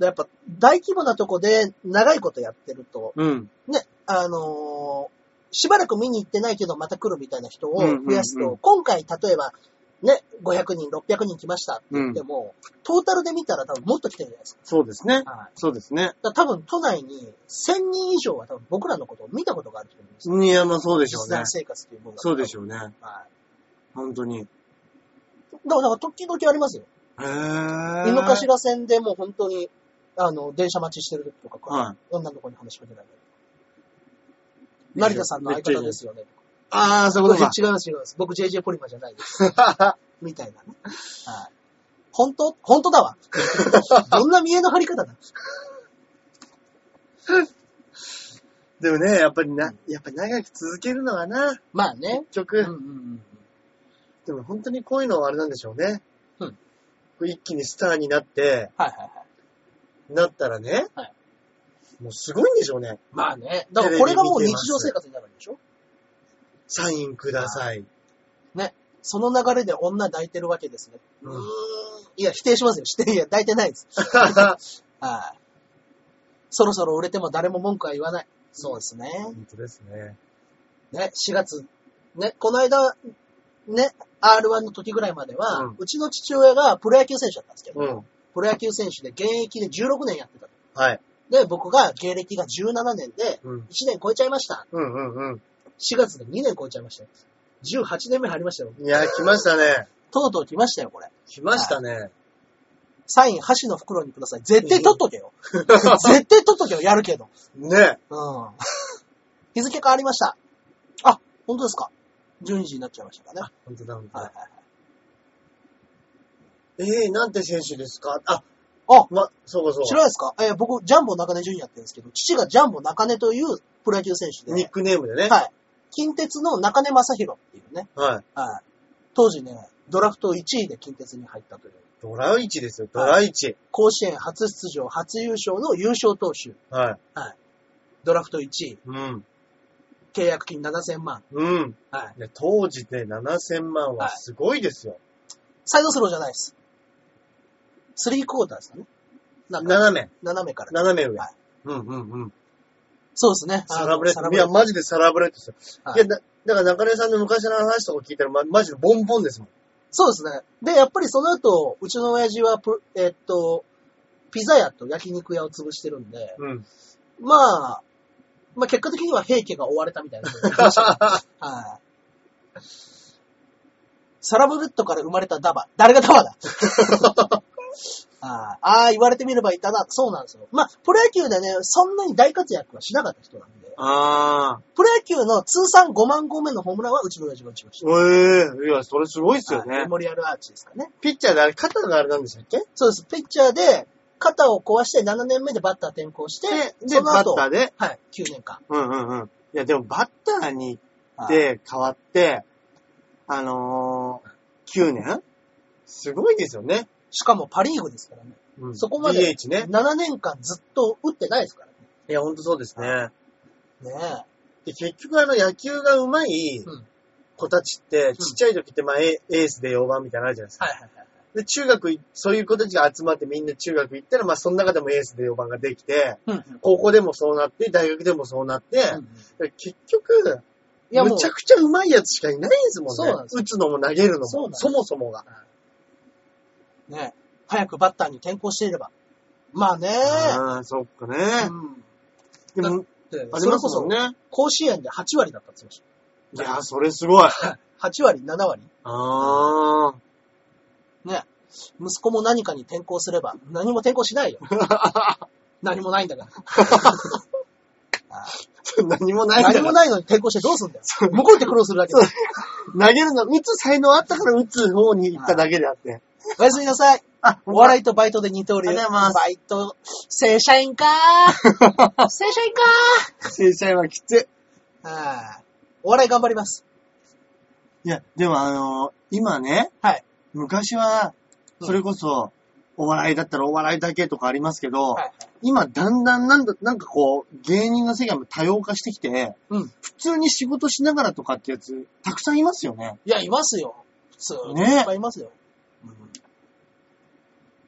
B: やっぱ、大規模なとこで長いことやってると、
A: うん。
B: ね、あのーしばらく見に行ってないけどまた来るみたいな人を
A: うんうんうん
B: 増やすと、今回例えば、ね、500人、600人来ましたって
A: う
B: 言
A: ん
B: って。も、トータルで見たら多分もっと来てるじゃないです
A: そうですね。
B: か。はい。
A: そうですね。
B: だから多分都内に1000人以上は多分僕らのことを見たことがあると思うんですよ。
A: いや、まあそうでしょう
B: 実
A: ね
B: 弾。生活というものが。
A: そうでし
B: ょ
A: ょうね。
B: う。はい。
A: 本当に。へ
B: だから、なんか時々ありますよ。
A: え。
B: 井の頭線でもう本当に、あの、電車待ちしてる時とか、
A: は
B: 女の子に話しかけられたり成田さんの相方ですよね。
A: ああ、そういうこと
B: 僕
A: か。
B: 違います、違います。僕 JJ ポリマーじゃな いです。みたいなね。はい。本当本当だわ。 どんな見栄の張り方だ
A: でもね、やっぱりな、やっぱり長く続けるのはな、
B: まあね。
A: 結局、
B: うんうんうん。
A: でも本当にこういうのはあれなんでしょうね。
B: うん
A: 一気にスターになって、
B: はいはいはい。
A: なったらね、
B: はい
A: もうすごいんでしょうね。
B: まあね。だからこれがもう日常生活になるんでしょ
A: サインくださ い。
B: その流れで女抱いてるわけですね。
A: う
B: うんーん。いや、否定しますよ。して、いや、抱いてないです。はい。そろそろ売れても誰も文句は言わない。そうですね。
A: 本当ですね。
B: ね、4月、ね、この間、ね、R1 の時ぐらいまでは、
A: う
B: うんちの父親がプロ野球選手だったんですけど、
A: うん。
B: プロ野球選手で現役で16年やってた。
A: はい。
B: で、僕が芸歴が17年で、
A: うん。
B: 1年超えちゃいました。
A: うんうんうん。
B: 4月で2年超えちゃいましたよ。18年目入りましたよ。
A: いや、来ましたね。
B: とうとう来ましたよ、これ。
A: 来ましたね。
B: サイン、箸の袋にください。絶対取っとけよ。絶対取っとけよ、やるけど。
A: ね。
B: うん。日付変わりました。あ、本当ですか。12時になっちゃいましたかね。
A: 本当だ、本当
B: はいは
A: だ
B: い。はい。
A: えー、なんて選手ですかあ、
B: あ、
A: ま、そうかそう
B: 知。
A: から
B: ないですかえー僕、ジャンボ中根ジュニアって言うんですけど、父がジャンボ中根というプロ野球選手
A: ニッ
B: で、
A: クネームでね。
B: はい。近鉄の中根正宏っていうね、
A: はい。
B: はい。当時ね、ドラフト1位で近鉄に入ったという、
A: ドライチですよ、ドライチ。
B: 甲子園初出場、初優勝の優勝投手、
A: はい。
B: ドラフト1位、
A: うん。
B: 契約金7000万。
A: うん。
B: はい。
A: ね当時で7000万はすごいですよ。
B: サイドスローじゃないです。スリークォーターですかね。なんか、
A: 斜め。
B: 斜めから。
A: 斜め上
B: はい。
A: うんうんうん。
B: そうですね。
A: サラブレッ
B: あのサラ
A: ド。い
B: ブレッ
A: や、
B: ド
A: マジでサラブレッドですよ。
B: は
A: い
B: い
A: や、だだから中根さんの昔の話とか聞いたら、ま、マジでボンボンですもん。
B: そうですね。で、やっぱりその後、うちの親父はプ、えっと、ピザ屋と焼肉屋を潰してるんで、
A: うん。
B: まあ、まあ結果的には平家が追われたみた いなことになりましたね。はい。サラブレッドから生まれたダバ。誰がダバだああああ、言われてみればいたな。そうなんですよ。まあ、プロ野球でね、そんなに大活躍はしなかった人なんで、
A: ああ。
B: プロ野球の通算5万5目のホームランはうちの親父が打ちまし
A: ええいや、それすごいです
B: た。
A: よ
B: はい
A: ね
B: メ。モリアルアーチですかね。
A: ピッチャーであれ、肩があれなんでしたっけ
B: そうです。ピッチャーで、肩を壊して7年目でバッター転向して、
A: で、で、
B: その
A: バッ
B: 後、
A: ターで。
B: はい、9年間。
A: うんうんうん。いや、でもバッターに行っ
B: はい
A: て変わって、あのー、9年すごいですよね。
B: しかもパリーグですからね。
A: うん
B: そこまで
A: DH ね。
B: 7年間ずっと打ってないですから
A: いや、ほんとそうですね。
B: ね。ね
A: で、結局あの、野球が上手い
B: うん
A: 子たちって、ちっちゃい時って、まあ、エエースで4番みたいなのあるじゃないですか。
B: はいはいはい。
A: で、中学い、そういう子たちが集まってみんな中学行ったら、まあ、その中でもエースで4番ができて、
B: うん
A: 高校でもそうなって、大学でもそうなって、
B: うんうん。い
A: で結局、
B: やもう
A: むちゃ、くちゃ上手いやつしかいないんですもんね。
B: そうなんです
A: 打つのも投げるのも、
B: そうなん
A: そ
B: です
A: もそもが。
B: ね、早くバッターに転向していれば。まあね。
A: ああ、そっかね
B: う。
A: で
B: ん。
A: も、
B: で
A: あ
B: そ
A: り
B: れ
A: ま
B: こ
A: すもん、
B: そ
A: ね。
B: 甲子園で8割だったって言って
A: いやー、それすごい。
B: ました。8割、7割。
A: ああ。
B: ね。息子も何かに転校すれば、 何も転校しないよ。何もないんだから。
A: 何もないんだ
B: 何
A: か
B: も
A: ら。
B: ないのに抵抗してどうすんだよ。向こうって苦労するだけだ。
A: 投げるの、打つ才能あったから打つ方に行っただけであ って。
B: おやすみなさい。
A: あ、
B: お笑いとバイトで二刀流。
A: ありがとうございます
B: バイト、正社員か ー正社員か
A: 正社員はきつい。
B: ーはいお笑い頑張ります。
A: いや、でもあのー今ね、
B: はい
A: 昔は、
B: うん
A: それこそ、お笑いだったらお笑いだけとかありますけど、
B: はい
A: 今だんだんなんだ、なんかこう、芸人の世界も多様化してきて、
B: うん
A: 普通に仕事しながらとかってやつ、たくさんいますよね。
B: いや、いますよ。普通に。
A: ね
B: いっぱいいますよ。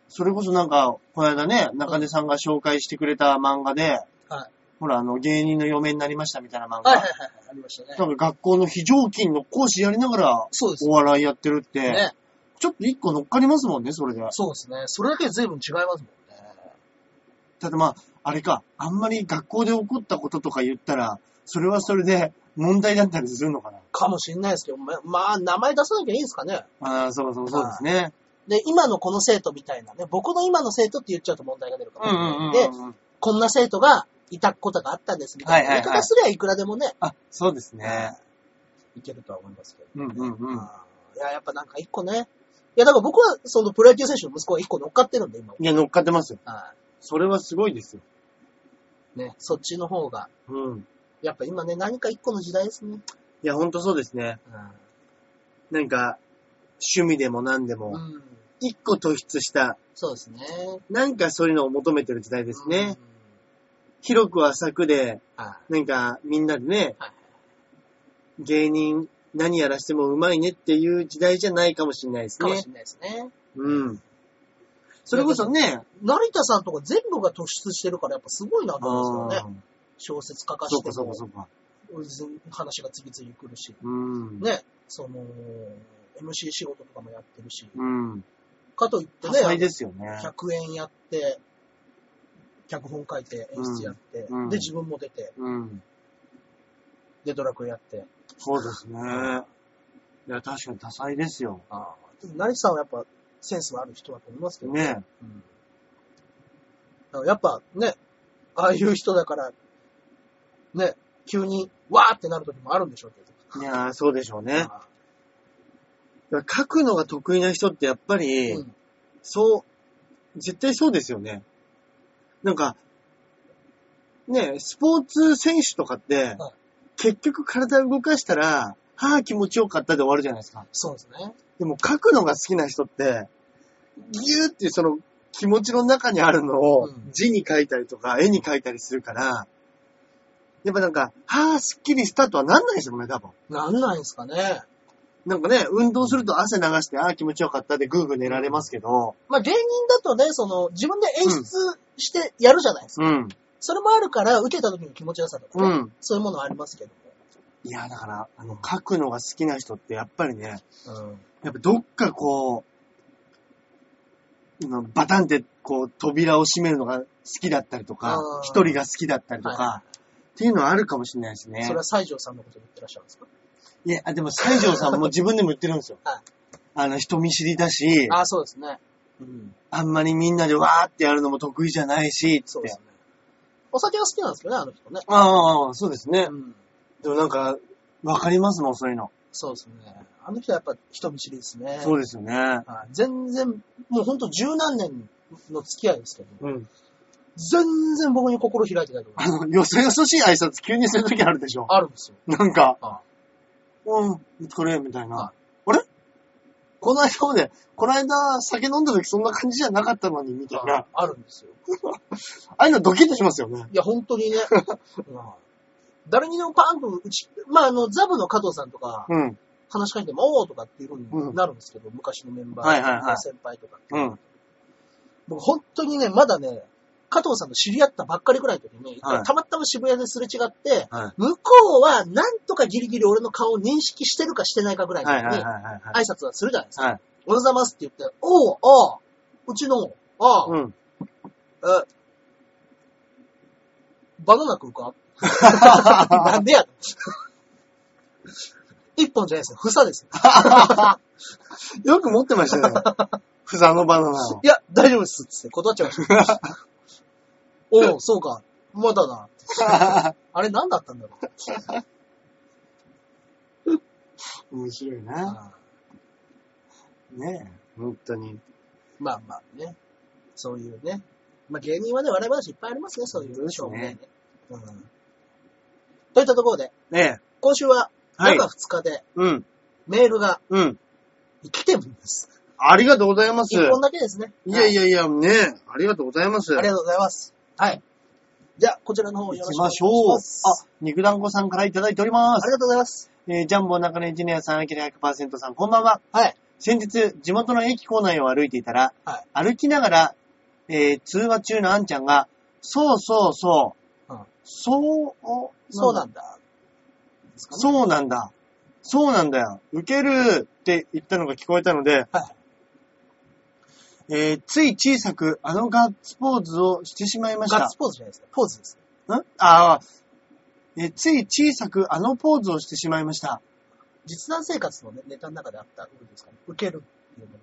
A: それこそなんか、この間ね、中根さんが紹介してくれた漫画で、
B: はい
A: ほら、あの、芸人の嫁になりましたみたいな漫画。
B: はいはいはいはい。ありました
A: な
B: ね。
A: んか学校の非常勤の講師やりながら、
B: そうです
A: お笑いやってるって、
B: ね。
A: ちょっと一個乗っかりますもんね、それで。だ
B: そうですね。それだけで随分違いますもんね。
A: ってまあ、あれか、あんまり学校で起こったこととか言ったら、それはそれで問題だったりするのかな。
B: かもしれないですけど、ままあ、名前出さなきゃいいんですかね。
A: ああ、そうそうそうですね。
B: で、今のこの生徒みたいなね、僕の今の生徒って言っちゃうと問題が出るかもしれないんで、
A: うんうん。
B: こんな生徒がいたことがあったんですみたいな
A: はい
B: 言
A: はいいはい
B: 方すりゃいくらでもね、
A: あ、そうですね。
B: いけるとは思いますけど。
A: うんうんうん。
B: あーいや、やっぱなんか一個ね。いや、だから僕はそのプロ野球選手の息子が一個乗っかってるんで、今。
A: いや、乗っかってますよ。
B: は
A: それはすごいですよ。
B: い。ね、そっちの方が。
A: うん。
B: やっぱ今ね、何か一個の時代ですね。
A: いや、ほんとそうですね。なんか、趣味でも何で
B: う
A: も、
B: ん。
A: 一個突出した、
B: そうですね。
A: なんかそういうのを求めてる時代で
B: です
A: ね。。広く浅くで、
B: は
A: なんかみんなでね
B: はい、
A: 芸人何やらしてもうまいねっていう時代じゃないかもしれないで
B: い。
A: す
B: かも
A: ね
B: し。れないですね。
A: うん。それこそね、
B: 成田さんとか全部が突出してるからやっぱすごいなと思うんですよね。
A: ー
B: 小説書か
A: そ
B: し
A: う
B: て
A: かそうか
B: も
A: そうか。
B: 話が次々来るし。
A: うん。
B: ね、その、MC 仕事とかもやってるし。
A: うん。
B: かといって
A: 多
B: ね、
A: 彩ですよね。
B: 100円やって、脚本書いて、演出やって、
A: うんうん
B: で、自分も出て、
A: うん。
B: で、ドラクエやって。
A: そうですね。いや、確かに多彩ですよ。
B: ああ。でも、成田さんはやっぱ、センスのある人だと思いますけど。
A: ね。
B: うん。だからやっぱ、ね、ああいう人だから、ね、急に、わーってなる時もあるんでしょうけど。
A: いやー、そうでしょうね。
B: ああ
A: 書くのが得意な人ってやっぱり、
B: うん
A: そう、絶対そうですよね。なんか、ねえ、スポーツ選手とかって、
B: はい
A: 結局体動かしたら、はぁ、気持ちよかったで終わるじゃないですか。
B: そうですね。
A: でも書くのが好きな人って、ぎゅーってその気持ちの中にあるのを
B: うん
A: 字に書いたりとか絵に書いたりするから、やっぱなんか、はぁ、すっきりしたとはなんないですよね、多分。
B: なんないんすかね。
A: なんかね、運動すると汗流して、ああ、気持ちよかったでぐーぐー寝られますけど、
B: まあ、芸人だとね、その、自分で演出してやるじゃないですか
A: うん。
B: それもあるから、受けた時の気持ちよさとか、ね
A: うん
B: そういうものはありますけど
A: いや、だから、あの、書くのが好きな人って、やっぱりね、
B: も。
A: やっぱどっかこう、あのバタンって、こう、扉を閉めるのが好きだったりとか
B: あー、
A: 一人が好きだったりとか、
B: は
A: っていうのはあるかもしれないですね。
B: それは西条さんのことを言ってらっしゃるんですか。
A: いや、あでも西条さんも自分でも言ってるんですよ
B: はい
A: あの、人見知りだし、
B: ああ、そうですね。
A: あんまりみんなでわーってやるのも得意じゃないし、つ
B: そ
A: っ
B: う
A: て
B: です。ね。お酒は好きなんですけどね、あの人ね。
A: ああ、そうですね。
B: ん。
A: でもなんか、わかりますもん、そういうの。
B: そうですね。あの人はやっぱ人見知りですね。
A: そうですよね。
B: はい全然、もうほんと十何年の付き合いですけど、
A: うん。
B: 全然僕に心開いてないとか
A: あの、よそよそしい挨拶急にするときあるでしょ。
B: あるんですよ。
A: なんか、
B: あ
A: うん、お疲れ、みたいな
B: は。
A: あれこの間まで、この間酒飲んだときそんな感じじゃなかったのに、みたいな。あ
B: あるんですよ。
A: あいうのドキッとしますよね。
B: いや、本 当にね。うん誰にでもパンと打ち、まあ、あの、ザブの加藤さんとか、
A: うん。
B: 話しかけても、おーとかっていう風になるんですけど、昔のメンバー、
A: はいはいはい
B: 先輩とかって。
A: うん。
B: 僕本当にね、まだね、加藤さんと知り合ったばっかりくらいの時に、
A: はい
B: たまたま渋谷ですれ違って、
A: はい
B: 向こうはなんとかギリギリ俺の顔を認識してるかしてないかぐらいの
A: はいはい
B: 時
A: はい
B: に、
A: はいは
B: 挨拶はするじゃないですか。
A: い。はい。
B: おはようございますって言って、おう、おう、うちの、ああ、
A: うん。
B: え、バナナ食 うかなんでやねん一本じゃないですよ。房ですよ。
A: よく持って ましたね。ふざのバナナを。
B: いや、大丈夫です。つって断っちゃいました。おう、そうか。まだな。ってあれ何だったんだろう。
A: 面白いな。
B: ああ
A: ね
C: 本当に。
B: まあまあね。そういうね。まあ芸人はね、笑い話いっぱいありますね、そういう。
A: そうですね
B: しょうもないね。うん。といったところで、
C: ね
B: 今週は
C: え。はい
B: 中。2日で
C: うん。
B: メールが
C: うん。
B: 来てるんです。
C: ありがとうございます。
B: 1本だけですね。
C: いやいやいや、ねえ。ありがとうございます。
B: ありがとうございます。はい。じゃあ、こちらの方よ
A: 行
B: ろし
A: き
B: くお願
A: ま
B: い
A: し
B: し
A: ょう
B: ます。。
A: あ、肉団子さんからいただいておりま
B: あ
A: す。
B: りがとうございます。
A: えージャンボ中根ジュニアさん、アキラ100%さん、こんばんは。
B: はい。
A: 先日、地元の駅構内を歩いていたら、
B: は
A: 歩きながら、えー通話中のあんちゃんが、そうそうそう、
B: うん
A: そう、お
B: そうなんだ。ですかね
A: そうなんだ。そうなんだよ。受けるって言ったのが聞こえたので、
B: は
A: えーつい小さくあのガッツポーズをしてしまいまし
B: ガッ
A: た
B: ツ。ポーズじゃないですか。ポーズです。
A: んああ、えーつい小さくあのポーズをしてしまいました。
B: 実弾生活のねネタの中であったことですかね。受けるっていうのが。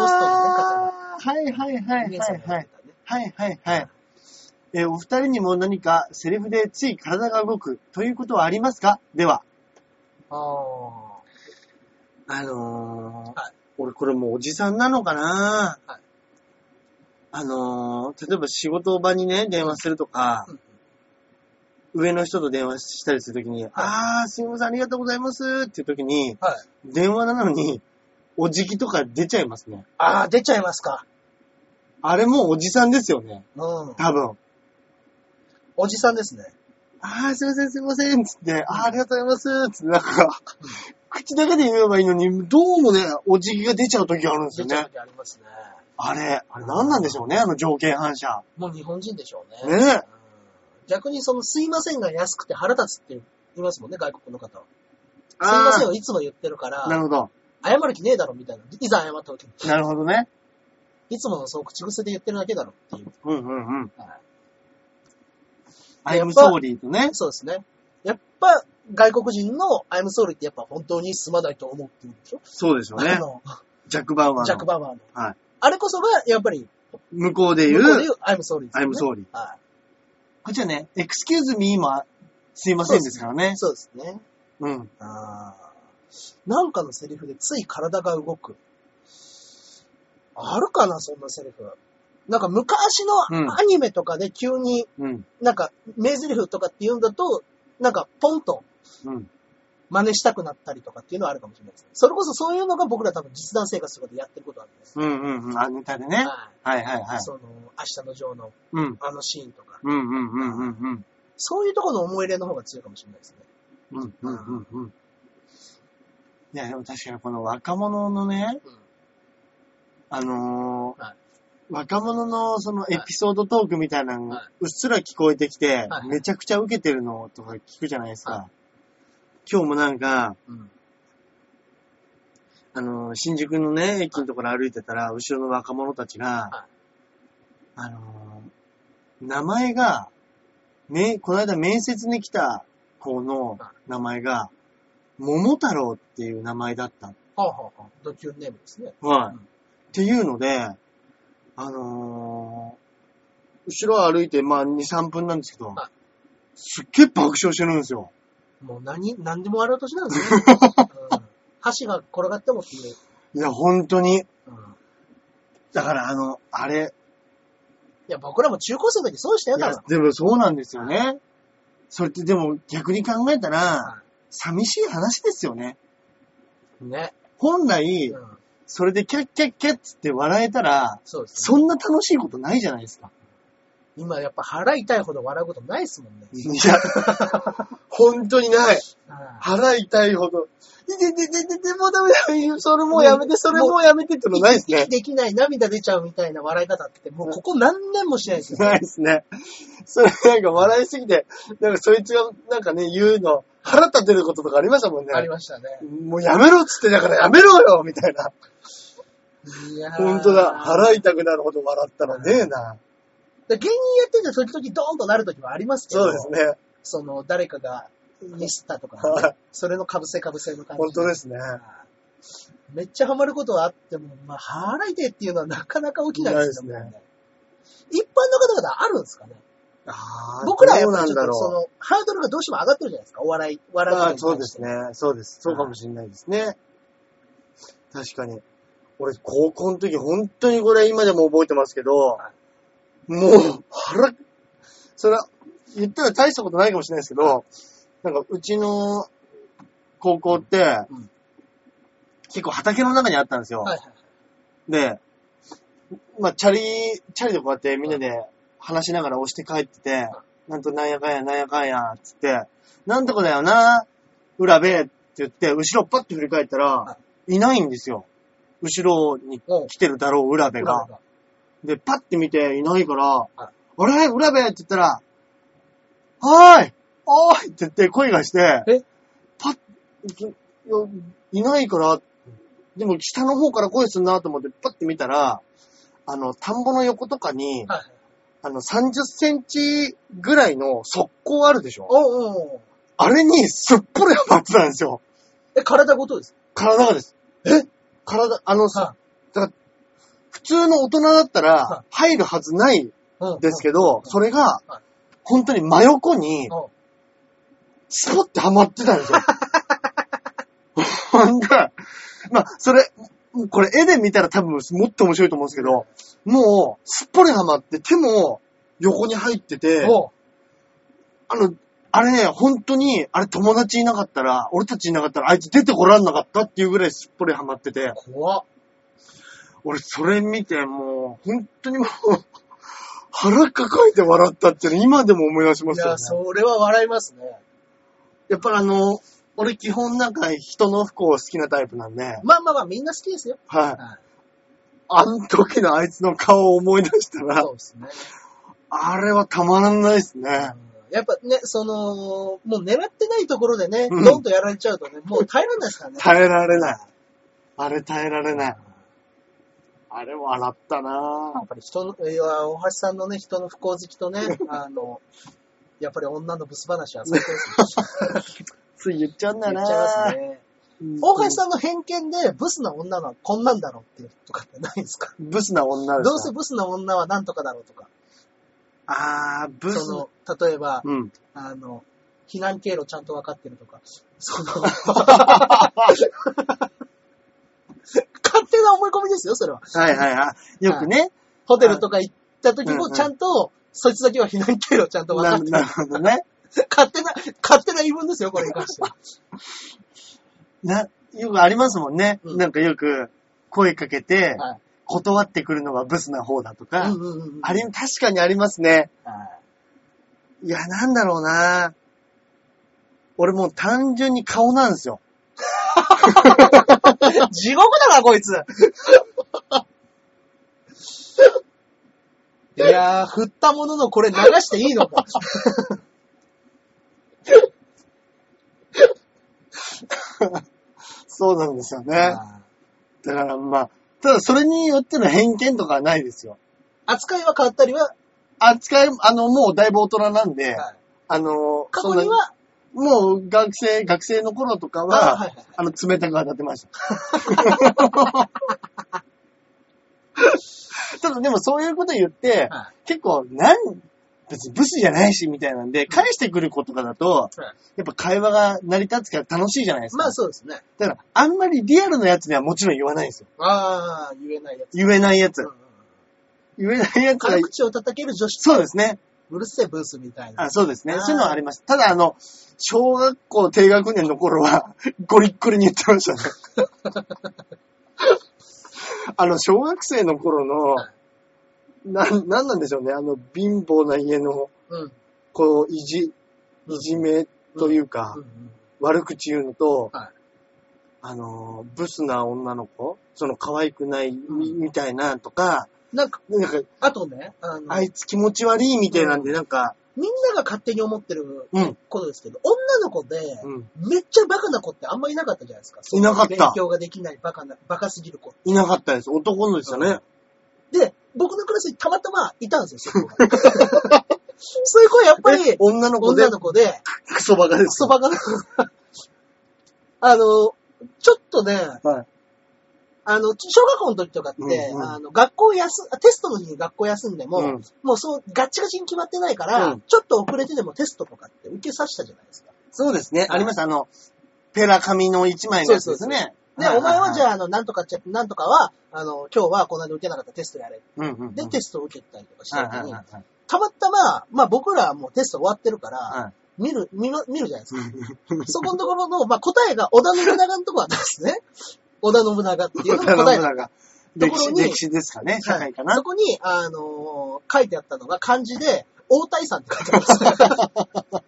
B: ポスト
A: ああ、はいはいはいは
B: 皆さ
A: い
B: ん
A: は
B: がや
A: い
B: って。たね。
A: はいはいはい。えーお二人にも何かセリフでつい体が動くということはありますかでは。
B: ああ。
A: あのー
B: はい
A: 俺これもうおじさんなのかな、
B: はい
A: あのー例えば仕事場にね、電話するとか、
B: うん
A: 上の人と電話したりするときに、あー、すみません、ありがとうございますっていうときに、
B: はい。
A: 電話なのに、お辞儀とか出ちゃいますね。
B: ああ、出ちゃいますか。
A: あれもうおじさんですよね。
B: うん。
A: 多分。
B: おじさんですね。
A: あー、すいません、すいません、つって、あー、ありがとうございます、つって、なんか、 口だけで言えばいいのに、どうもね、お辞儀が出ちゃうときがあるんです
B: 出
A: よ
B: ちゃう
A: ね。
B: 時ありますね。
A: あれ、あれ何なんでしょうね、あの条件反射。
B: もう日本人でしょうね。
A: ねえ
B: うん。逆にその、すいませんが安くて腹立つって言いますもんね、外国の方は。すいません
A: ん
B: をいつも言ってるから、
A: なるほど。
B: 謝る気ねえだろみたいな。いざ謝った時に、
A: なるほどね。
B: いつものそう口癖で言ってるだけだろっていう。
A: うんうんうん。
B: は
A: アイ
B: やっ
A: ム
B: ぱ
A: ソーリーとね
B: い、。そうですね。やっぱ、外国人の I'm sorry ってやっぱ本当にすまないと思うって言うんでしょ
A: そうでしょう
B: あ
A: ね。
B: の、
A: ジャック・バウアーの。
B: ジャック・バーバーの。
A: はい
B: あれこそが、やっぱり、
A: 向こうで言う、
B: 向こうで言う I'm sorry です
A: アイ
B: よね。
A: ムソーリー。
B: は
A: こっちはね、エクスキューズミーもすいませんですからね
B: い。。そうですね。
A: うん。
B: あーなんかのセリフでつい体が動く。あるかな、そんなセリフ。なんか昔
A: うん
B: のアニメとかで急に
A: うん。
B: なんか名台詞とかって言うんだと、なんかポンと
A: うん。
B: 真似したくなったりとかっていうのはあるかもしれないです。それこそそういうのが僕ら多分実弾生活とかでやってることなんです。
A: うんうんうん。あ、ネタでね。
B: は。
A: はいはいはいい。
B: その、明日のジョーの
A: うん。
B: あのシーンとか。
A: うんうんうんうんうん。
B: そういうところの思い入れの方が強いかもしれないですね。
A: うんうんうんうん。いや、でも確かにこの若者のね、
B: うん
A: あのー
B: はい
A: 若者のそのエピソードトークみたいなの
B: はいう
A: っすら聞こえてきて、
B: はい
A: めちゃくちゃ受けてるのとか聞くじゃないですか。
B: は
A: 今日もなんか、
B: うん。
A: あのー新宿のね、駅のところ歩いてたら、後ろの若者たちが、
B: は
A: あのー名前が、め、この間面接に来た子の名前が、桃太郎っていう名前だった。
B: はあ、はあはあ、ドキュンネームですね。
A: はい。
B: う
A: っ
B: ん
A: ていうので、あのー後ろ歩いて、まあ、2、3分なんですけど、
B: はい
A: すっげえ爆笑してるんですよ。
B: もう何、何でも笑う年なんで すね。うん箸が転がってもっていう。
A: いや、本当に。
B: うん
A: だから、あの、あれ、
B: いや、僕らも中高生の時そうしたよ、
A: い
B: 多
A: や
B: 分。
A: でもそうなんですよね。それってでも逆に考えたら
B: は、
A: 寂しい話ですよね。
B: ね。
A: 本来
B: う、ん。
A: それでキャッキャッキャッつって笑えたら、
B: そうです、ね。
A: そんな楽しいことないじゃないですか。
B: 今やっぱ腹痛いほど笑うことないですもんね。
A: いや、
C: 本当にない。
B: ああ
C: 腹痛いほど。いててててて、もうダメだ。それもうやめて、それもうやめてってのないですね
B: 息。できない、涙出ちゃうみたいな笑い方って、もうここ何年もしないですよ。
C: ないですね。それなんか笑いすぎて、なんかそいつがなんかね、言うの、腹立てることとかありましたもんね。
B: ありましたね。
C: もうやめろっつってだからやめろよみたいな。
B: いやー
C: 本当だ。腹痛くなるほど笑ったのねえな。
B: で芸人やってて時々ドーンとなる時もありますけど、
C: そうですね。
B: その、誰かがミスったと
C: は
B: か、それの被せ被せの感じ。
C: 本当ですね。
B: めっちゃハマることはあっても、まあ、腹痛いっていうのはなかなか起きないですよね。
C: ない
B: 一般の方々あるんですかね
D: あー
B: 僕らはや
A: ど
B: っ
A: う
B: ぱ
A: な
B: り
A: ん
B: ちょ
A: だ
B: っとそ
A: ろ
B: の、ハードルがどうしても上がってるじゃないですか、お笑い、
A: う。
B: 笑い
A: あ
B: こと
A: あ、
B: に
A: そう
B: 対
A: で
B: して
A: す。ね。そうです。そうかもしれないですね。確かに。俺、高校の時、本当にこれ今でも覚えてますけど、
B: は
A: もう、腹、それは、言ったら大したことないかもしれないですけど、なんか、うちの高校って、
B: うん
A: 結構畑の中にあったんですよ。
B: はいはい。
A: で、まあ、チャリ、チャリでこうやってみんなで話しながら押して帰ってて、なんとなんやかんやなんやかんや、つって、なんとかだよな、裏べって言って、後ろパッて振り返ったら
B: は、
A: いないんですよ。後ろに来てるだろう、裏べ
B: 裏
A: が
B: が。
A: で、パッて見ていないから、
B: は
A: あれ裏べって言ったら、はーいおーいって言って声がして、
B: え
A: パッ、いいないから、でも下の方から声すんなと思ってパッて見たら、あの、田んぼの横とかに、
B: はいはい。
A: あの、30センチぐらいの側溝あるでしょ
B: おうおうおう
A: あれにすっぽりはまってたんですよ。
B: え、体ごとです。
A: 体がです。え体、あのさ、
B: は
A: 普通の大人だった
B: は
A: ら入るはずない
B: うん
A: ですけど、それが
B: はい、
A: 本当に真横に
B: うん、
A: スポってはまってたんです よ。ほんで、まあ、それ、これ絵で見たら多分もっと面白いと思うんですけど、もう、すっぽりはまって手も横に入ってて、
B: おう
A: あの、あれね、本当に、あれ友達いなかったら、俺たちいなかったら、あいつ出てこらんなかったっていうぐらいすっぽりはまってて、
B: 怖っ。
A: 俺それ見てもう、本当にもう、腹抱えて笑ったっていうの今でも思い出しま
B: い
A: すよ、ね。
B: や、それは笑いますね。
A: やっぱりあの、俺基本なんか人の不幸好きなタイプなんで、
B: まあまあまあ、みんな好きですよ。
A: はい。
B: は
A: あの時のあいつの顔を思い出した
B: い。
A: ら
B: そ、うですね。
A: あれはたまらないです
B: うん
A: ね。
B: やっぱね、その、もう狙ってないところでね、
A: うん
B: ドンとやられちゃうとね、もう耐えられないですからね。
A: 耐えられない。あれ耐えられ
B: え
A: ない。あれ笑ったな
B: やっぱり人の、いや、大橋さんのね、人の不幸好き とね、あの、やっぱり女のブス話は最高ですね。
A: つい言っちゃうんだ
B: 言
A: よ
B: っちゃいます
A: な
B: ね。大
A: 大
B: 橋さんの偏見で、ブスな女はこんなんだろうっていうとかってないですか
A: ブスな女ですか
B: どうせブスな女はなんとかだろうとか。
A: あー、ブス。
B: その、例えば、
A: うん。
B: あの、避難経路ちゃんと分かってるとか。そ の、勝手な思い込みですよ、それは。
A: はいはいはい。よくね。
B: ホテルとか行った時も
A: うん
B: ちゃんと、そいつだけは避難経路ちゃんと分か
A: な
B: ってる。
A: なるほどね。
B: 勝手な、勝手な言い分ですよ、これに関しては。
A: な、よくありますもんね。
B: うん
A: なんかよく声かけて、
B: はい
A: 断ってくるのがブスな方だとか。
B: うんうんうんうん。
A: あれ、確かにありますね。
B: はい
A: いや、なんだろうな俺もう単純に顔なんですよ。
B: 地獄だな、こい つ。いやー、振ったもののこれ流していいの か。
A: そうなんですよね。だからまあ、ただそれによっての偏見とかはないですよ。
B: 扱いは変わったりは、
A: 扱い、あの、もうだいぶ大人なんで、
B: はい
A: あの、
B: 過去には、
A: そんなもう学生、学生の頃とかは、
B: あ
A: あ,、
B: はいはいはい
A: の、冷たく当たってました。ただでもそういうこと言って、
B: は
A: 結構、なん、別にブスじゃないし、みたいなんで、返してくる子とかだと、やっぱ会話が成り立つから楽しいじゃないですか。
B: まあそうですね。
A: だから、あんまりリアルなやつにはもちろん言わないんですよ。
B: ああ、言えないやつ。
A: 言えないやつ
B: うんう。ん
A: 言えないやつは
B: 辛、口を叩ける女子、
A: そうですね。
B: うるせえブースみたいな。
A: あそうです
B: あ
A: ね。
B: ー
A: そういうのはあります。ただ、あの、小学校低学年の頃は、 ゴリッゴリに言ってましたね。 あの、小学生の頃の、なん、なんなんでしょうね。あの、貧乏な家の、
B: うん。
A: こう、いじ、いじめというか、
B: うんうん
A: 悪口言うのと、
B: はい
A: あの、ブスな女の子、その可愛くないみ,、
B: うん
A: たいなとか、
B: なんか、
A: なんか、
B: あとね、あの、
A: あいつ気持ち悪いみたいなんで、なんか、
B: みんなが勝手に思ってる
A: うん、
B: ことですけど、女の子で、
A: うん、
B: めっちゃバカな子ってあんまいなかったじゃないですか。
A: いなかった
B: 勉強ができないバカな、バカすぎる子。
A: いなかったです。男のでしたね。
B: で、僕のクラスにたまたまいたんですよ、そういう子が。 そういう子はやっぱ
A: え
B: り、
A: 女の子で
B: 女の子で、
A: クソバカで
B: ク
A: す。
B: ソバカな。あの、ちょっとね、
A: はい
B: あの、小学校の時とかって、
D: うんうん
B: あの、学校休、テストの日に学校休んでも、
D: うん
B: もうそう、ガッチガチに決まってないから、
D: うん
B: ちょっと遅れてでもテストとかって受けさせたじゃないですか。
D: そうですね。ありました。あの、ペラ紙の一枚のやつですね。
B: で、お前はじ
D: あ、
B: ゃあ、あの、なんとかちゃ、なんとかは、あの、今日はこんなに受けなかったテストやれ。
D: うんうんうん
B: で、テストを受けたりとかした
D: はい
B: 時
D: はい
B: に、
D: はいはい
B: たまたま、まあ僕らはもうテスト終わってるから、
D: は
B: 見る、見ま、見るじゃないですか。
D: い
B: そこのところの、まあ答えが織田信長のところなんですね。 織田信長っていうのが
D: 織田
B: 答え
D: 信長歴史、歴史ですかね。社会か
B: は
D: な
B: いそ。こに、あのー書いてあったのが漢字で、大谷さんって書いてありまし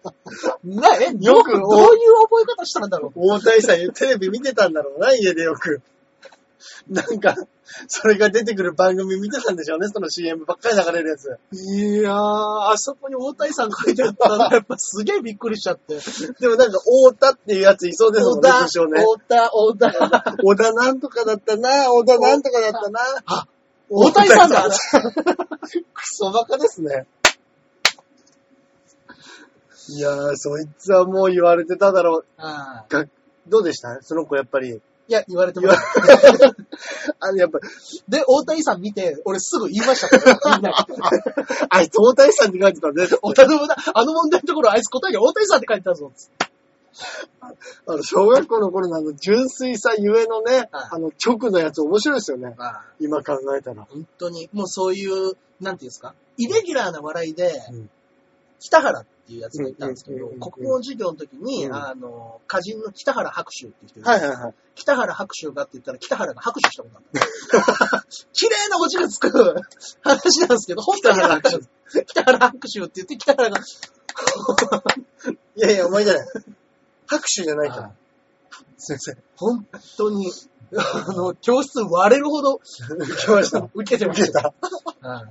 B: た。 な、え、よ
A: よ
B: く
A: く
B: どうどういう覚え方したんだろう。
A: 大谷さん、テレビ見てたんだろうな、家でよく。なんか、それが出てくる番組見てたんでしょうね、その CM ばっかり流れるやつ。
B: いやー、あそこに大谷さん書いてあった のやっぱすげえびっくりしちゃって。
A: でもなんか、大田っていうやついそうですもんね、
B: 田
A: 多少ね。
B: 田、 大田。
A: 小田なんとかだったな、小田なんとかだったな。
B: 大谷さん だ
A: 大谷クソバカですね。いやー、そいつはもう言われてただろう。
B: あー
A: どうでしたその子やっぱり。
B: いや、言われてもらった
A: あの、やっぱ、
B: で、大谷さん見て、俺すぐ言いましたから、みんなに。
A: あいつ大谷さんって書いてたね。
B: 大谷の問題あの問題のところ、あいつ答えに大谷さんって書いてたぞ。つって
A: あの、小学校の頃のあの、純粋さゆえのね、
B: はい
A: あの、直のやつ面白いですよね。今考えたら。
B: 本当に、もうそういう、なんていうんですか、イレギュラーな笑いで、
A: うん
B: 北原っていうやつがいたんですけ
A: うん
B: ど、
A: うんうんうん
B: 国語の授業の時に、
A: うん
B: あの、歌人の北原白秋っていう人が
A: はいい
B: て
A: はいはい。
B: 北原白秋がって言ったら北原が拍手したことあった。 綺麗なオチがつく話なんですけど、本当に北原白秋。北原白秋って言って北原が、
A: いやいや、お前じゃない。拍手じゃないから。すいません。
B: 本当に、あの、教室割れるほど
A: 受けました。
B: 受けてま
A: 受け
B: した。
A: た。
B: うん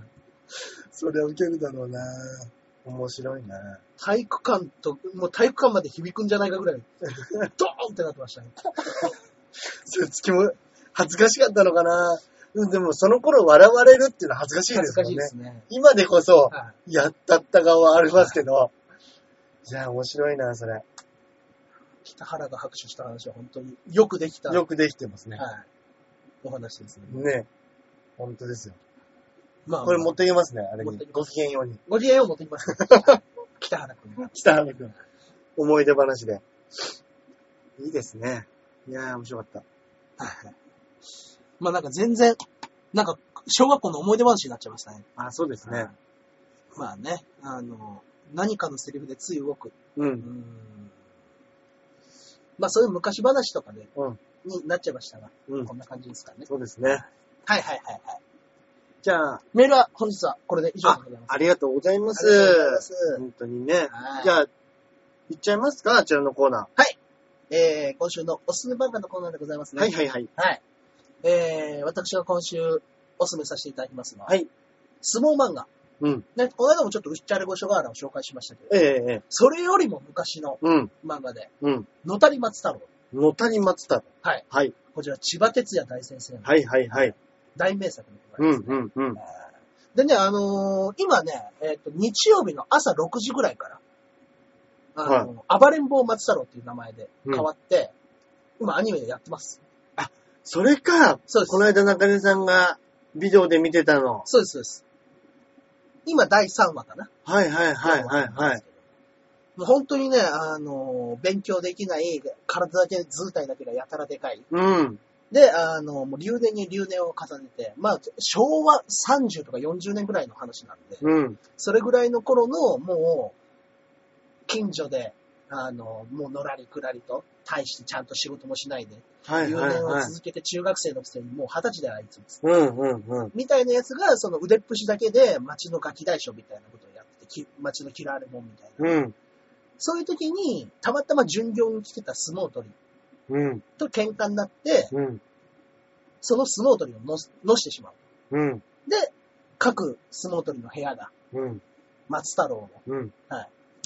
A: それは受けるだろうな面白いな
B: 体育館と、もう体育館まで響くんじゃないかぐらい、ドーンってなってましたね。
A: それつきも、恥ずかしかったのかなうんでも、その頃笑われるっていうのは恥ずかしいで
B: 恥ず
A: す
B: か
A: よ
B: しい
A: ね
B: で。すね。
A: 今でこそ、
B: はい
A: やったった顔はありますけど。じゃあ、面白いなそれ。
B: 北原が拍手した話は本当によくできた、はい
A: よくできてますね。
B: お話ですね。
A: ね本当ですよ。
B: まあ、
A: これ持っていきますね、あれ
B: 持って
A: に
B: き。ま
A: ご機嫌ように。
B: ご自愛を持ってきます、 北原君が。
A: 北原くん。思い出話で。いいですね。いやー、面白かった。
B: まあなんか全然、なんか小学校の思い出話になっちゃいましたね。
A: あ、そうですね。
B: まあね、あの、何かのセリフでつい動く。
A: う。
B: うんんまあそういう昔話とかね、
A: うん
B: になっちゃいましたが、
A: うん
B: こ。んな感じですかね。
A: そうですね。
B: はいはいはいはい。
A: じゃあ、
B: メールは本日はこれで以上でございます。
A: ありがとうございま。
B: ありがとうございますす。
A: 本当にね
B: は。い
A: じゃあ、行っちゃいますかあちらのコーナ
B: えー、今週のおすすめ漫画のコーナーでございます
A: ー。
B: ね。
A: はいはいはい。
B: はい。えー、私が今週おすすめさせていただきますのは、
A: はい。
B: 相撲漫画。
A: うん。
B: ね、この間もちょっとウッチャレゴショガーラを紹介しましたけど、
A: ええええ。
B: それよりも昔の
A: うん。
B: 漫画で、
A: うん。
B: 野谷松太郎。
A: 野谷松太郎。
B: はい。
A: はい。
B: こちら、千葉哲也大先生の
A: はいはいはい。
B: 大名作でご
A: う
B: ざい
A: ん
B: ます、ね
A: うんうん。
B: でね、あのー今ね、えっ、と、日曜日の朝6時ぐらいから、あのー暴れん坊松太郎っていう名前で変わって、今アニメでやってます。
A: それか、
B: そうです
A: この間中根さんがビデオで見てたの。
B: そうです、そうです。今第3話かな。
A: はいはいはいはいはい。。
B: もう本当にね、あの、勉強できない、体だけ、図体だけがやたらでかい。
A: うん。
B: で、あの、もう留年に留年を重ねて、まあ、昭和30とか40年ぐらいの話なんで、
A: うん。
B: それぐらいの頃の、もう、近所で、あの、もうのらりくらりと、大してちゃんと仕事もしないで、
A: はい
B: 留
A: はい
B: 年を
A: はい。
B: 続けて中学生のくせにもう二十歳であいつです。
A: うんうんうん。
B: みたいなやつが、その腕っぷしだけで、町のガキ大将みたいなことをやっててき、町の嫌われ者みたい
A: う
B: な。
A: ん。
B: そういう時に、たまたま巡業に来てた相撲取り
A: うん。
B: と喧嘩になって、
A: うん。
B: その相撲取りをのすのしてしまう。
A: うん。
B: で、各相撲取りの部屋が、
A: うん。
B: 松太郎の、
A: うん。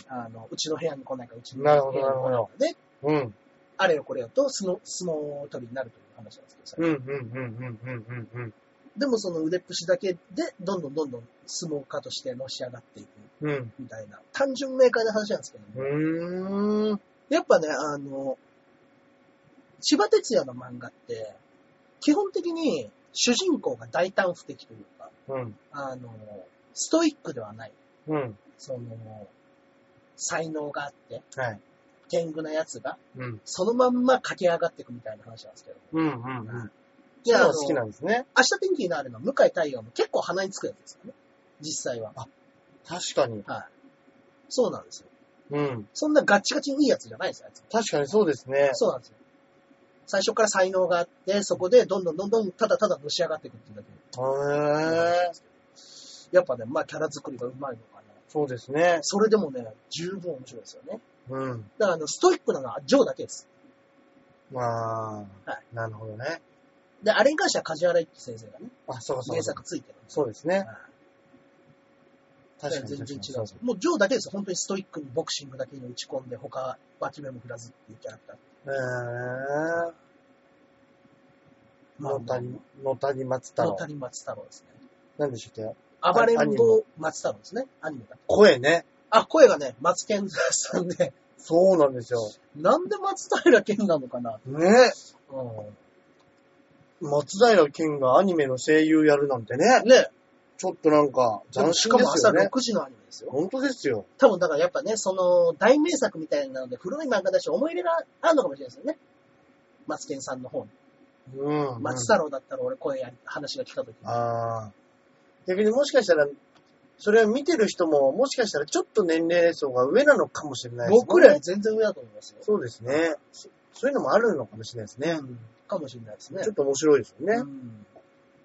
B: あの、うちの部屋に来ないから、うちの部
A: な
B: 屋
A: るほ
B: に
A: ど
B: 来ない
A: なるほど。
B: からで、
A: うん。
B: あれよこれよと相撲、相撲取りになるという話なんですけど、それ
A: うんうんうんうんうんうんうん。
B: でもその腕っぷしだけで、どんどんどんどん相撲家としてのし上がっていく
A: うん。
B: みたいな、単純明快な話なんですけど、
A: うーん。
B: やっぱね、あの、千葉哲也の漫画って、基本的に主人公が大胆不敵というか、
A: うん。
B: あの、ストイックではない。
A: うん。
B: その、才能があって、
A: はい。
B: 天狗なやつが、
A: うん。
B: そのまんま駆け上がっていくみたいな話なんですけど。
A: うん。うん。うん。
B: いや、あの
A: 好きなんですね。
B: 明日天気になるのは向井太陽も結構鼻につくやつですよね。実際は。
A: 確かに。
B: はい。そうなんですよ。
A: うん。
B: そんなガッチガチにいいやつじゃないですよ、あいつ
A: 確かにそうですね。
B: そうなんですよ。最初から才能があって、そこでどんどんどんどんただただのし上がっていくっていうだけ
A: へー。
B: やっぱね、まあキャラ作りがうまいのかな。
A: そうですね。
B: それでもね、十分面白いですよね。
A: うん。
B: だからあの、ストイックなのはジョーだけです。
A: まあ、
B: は
A: なるほどね。
B: で、あれに関しては梶原一騎先生がね、
A: あ、そうかそう
B: 名
A: か。
B: 作ついてるんですよ。
A: そうですね。
B: だ
A: 確
B: か
A: からに。
B: 全然違うんです
A: 確か
B: よ
A: に。
B: もうジョーだけですよ。本当にストイックにボクシングだけに打ち込んで、他、脇目も振らずっていうキャラクター。
A: へー。
B: まあ
A: 野谷、野谷松太
B: の
A: 郎。
B: 谷松太郎ですね。
A: 何でしたっけ
B: 暴れ
A: ア
B: ん
A: ニ
B: 坊
A: メ
B: 松太郎ですね。アニメだと。
A: 声ね。
B: あ、声がね、松健さんで、
A: そうなんですよ。
B: なんで松平健なのかな。
A: ね。
B: う
A: 松平健がアニメの声優やるなんてね。
B: ん。ね。
A: ちょっとなんか、斬
B: し
A: 新
B: か
A: で
B: も
A: す
B: 朝
A: よね。
B: 6時のアニメですよ。
A: 本当ですよ。
B: 多分だからやっぱね、その、大名作みたいなので、古い漫画だし、思い入れがあるのかもしれないですよね。松健さんの方に。
A: うん、うん。
B: 松太郎だったら俺声や、話が聞かとき。
A: ああ。逆にもしかしたら、それを見てる人も、もしかしたらちょっと年齢層が上なのかもしれないですね。
B: 僕らより全然上だと思いますよ。
A: そうですねそ。そういうのもあるのかもしれないですね。
B: うん。かもしれないですね
A: ちょ。っと面白いですよ
B: う
A: ね。
B: ん。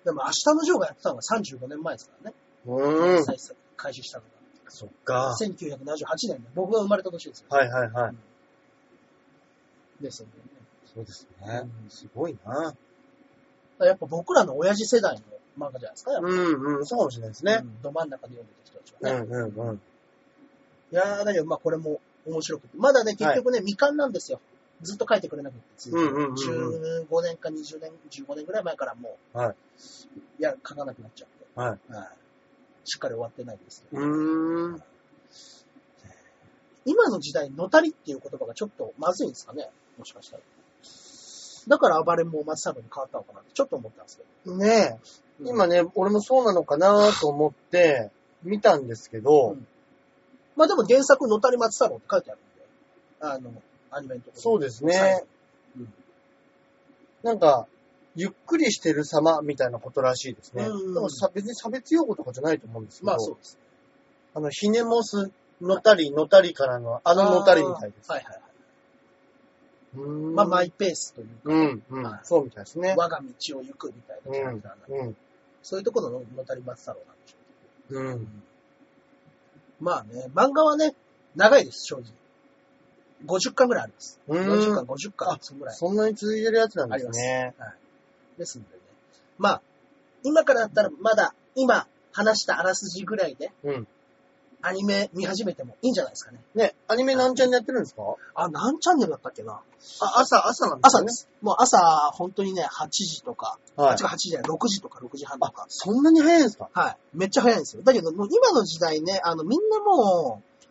B: でも明日のジョーがやってたのが35年前ですからね。
A: うん。
B: 再生開始したのが。
A: そっか。
B: 1978年で僕が生まれた年ですよ。
A: はいはいはい。
B: ですよね。
A: そうですね。すごいな。
B: だからやっぱ僕らの親父世代の漫画じゃないですか。やっぱ
A: うんうん、そうかもしれないですね
B: う。んど真ん中で読んでた人たち
A: う
B: はね。
A: んうんうん。
B: いやー、だけどまあこれも面白くて。まだね、結局ね、未完なんですよ。ずっと書いてくれなくて、ずっと
A: うんうんうんうん
B: 15年か20年、15年ぐらい前からもう、
A: はい
B: いや、書かなくなっちゃって。
A: はい。
B: しっかり終わってないんですけど。
A: うーん。
B: 今の時代、のたりっていう言葉がちょっとまずいんですかねもしかしたら。だから暴れん坊松太郎に変わったのかなってちょっと思ったんですけど。
A: ねえ、今ね、俺もそうなのかなと思って見たんですけど、
B: うんまあでも原作、のたり松太郎って書いてあるんで、あの、アニメのところに
A: そうですね
B: 最後
A: なんか、ゆっくりしてる様みたいなことらしいですね。
B: うん
A: でもさ別に差別用語とかじゃないと思うんですけど、
B: まあそうです。
A: あの、ひねもすのたり、のたりからの、あののたりみたいです。
B: はいはいはい。
A: うーん
B: まあマイペースというか
A: うん、うん、そうみたいですね。
B: 我が道を行くみたいな
A: う
B: キャラク
A: ん
B: ターなんで、
A: うん、
B: そういうところの野たり松太郎なんでしょう
A: うん。
B: けど。まあね、漫画はね、長いです、正直。50巻ぐらいあります。
A: うーん
B: 40巻、50巻、そのぐらい
A: そんなに続いてるやつなん
B: あ
A: で
B: り
A: す
B: ます。
A: ね。
B: はい。ですんでね。まあ、今からだったらまだ、今話したあらすじぐらいで、
A: うん。
B: アニメ見始めてもいいんじゃないですかね。
A: ね、アニメなんちゃんでやってるんですか
B: あ、何チャンネルだったっけな
A: あ、朝、朝なんです
B: 朝
A: ね。
B: です。もう朝、本当にね、8時とか、
A: は
B: あ
A: い
B: 違う。8時じゃない、6時とか6時半とか。
A: そんなに早いんですか
B: はい。めっちゃ早いんですよ。だけど、もう今の時代ね、あの、みんなもう、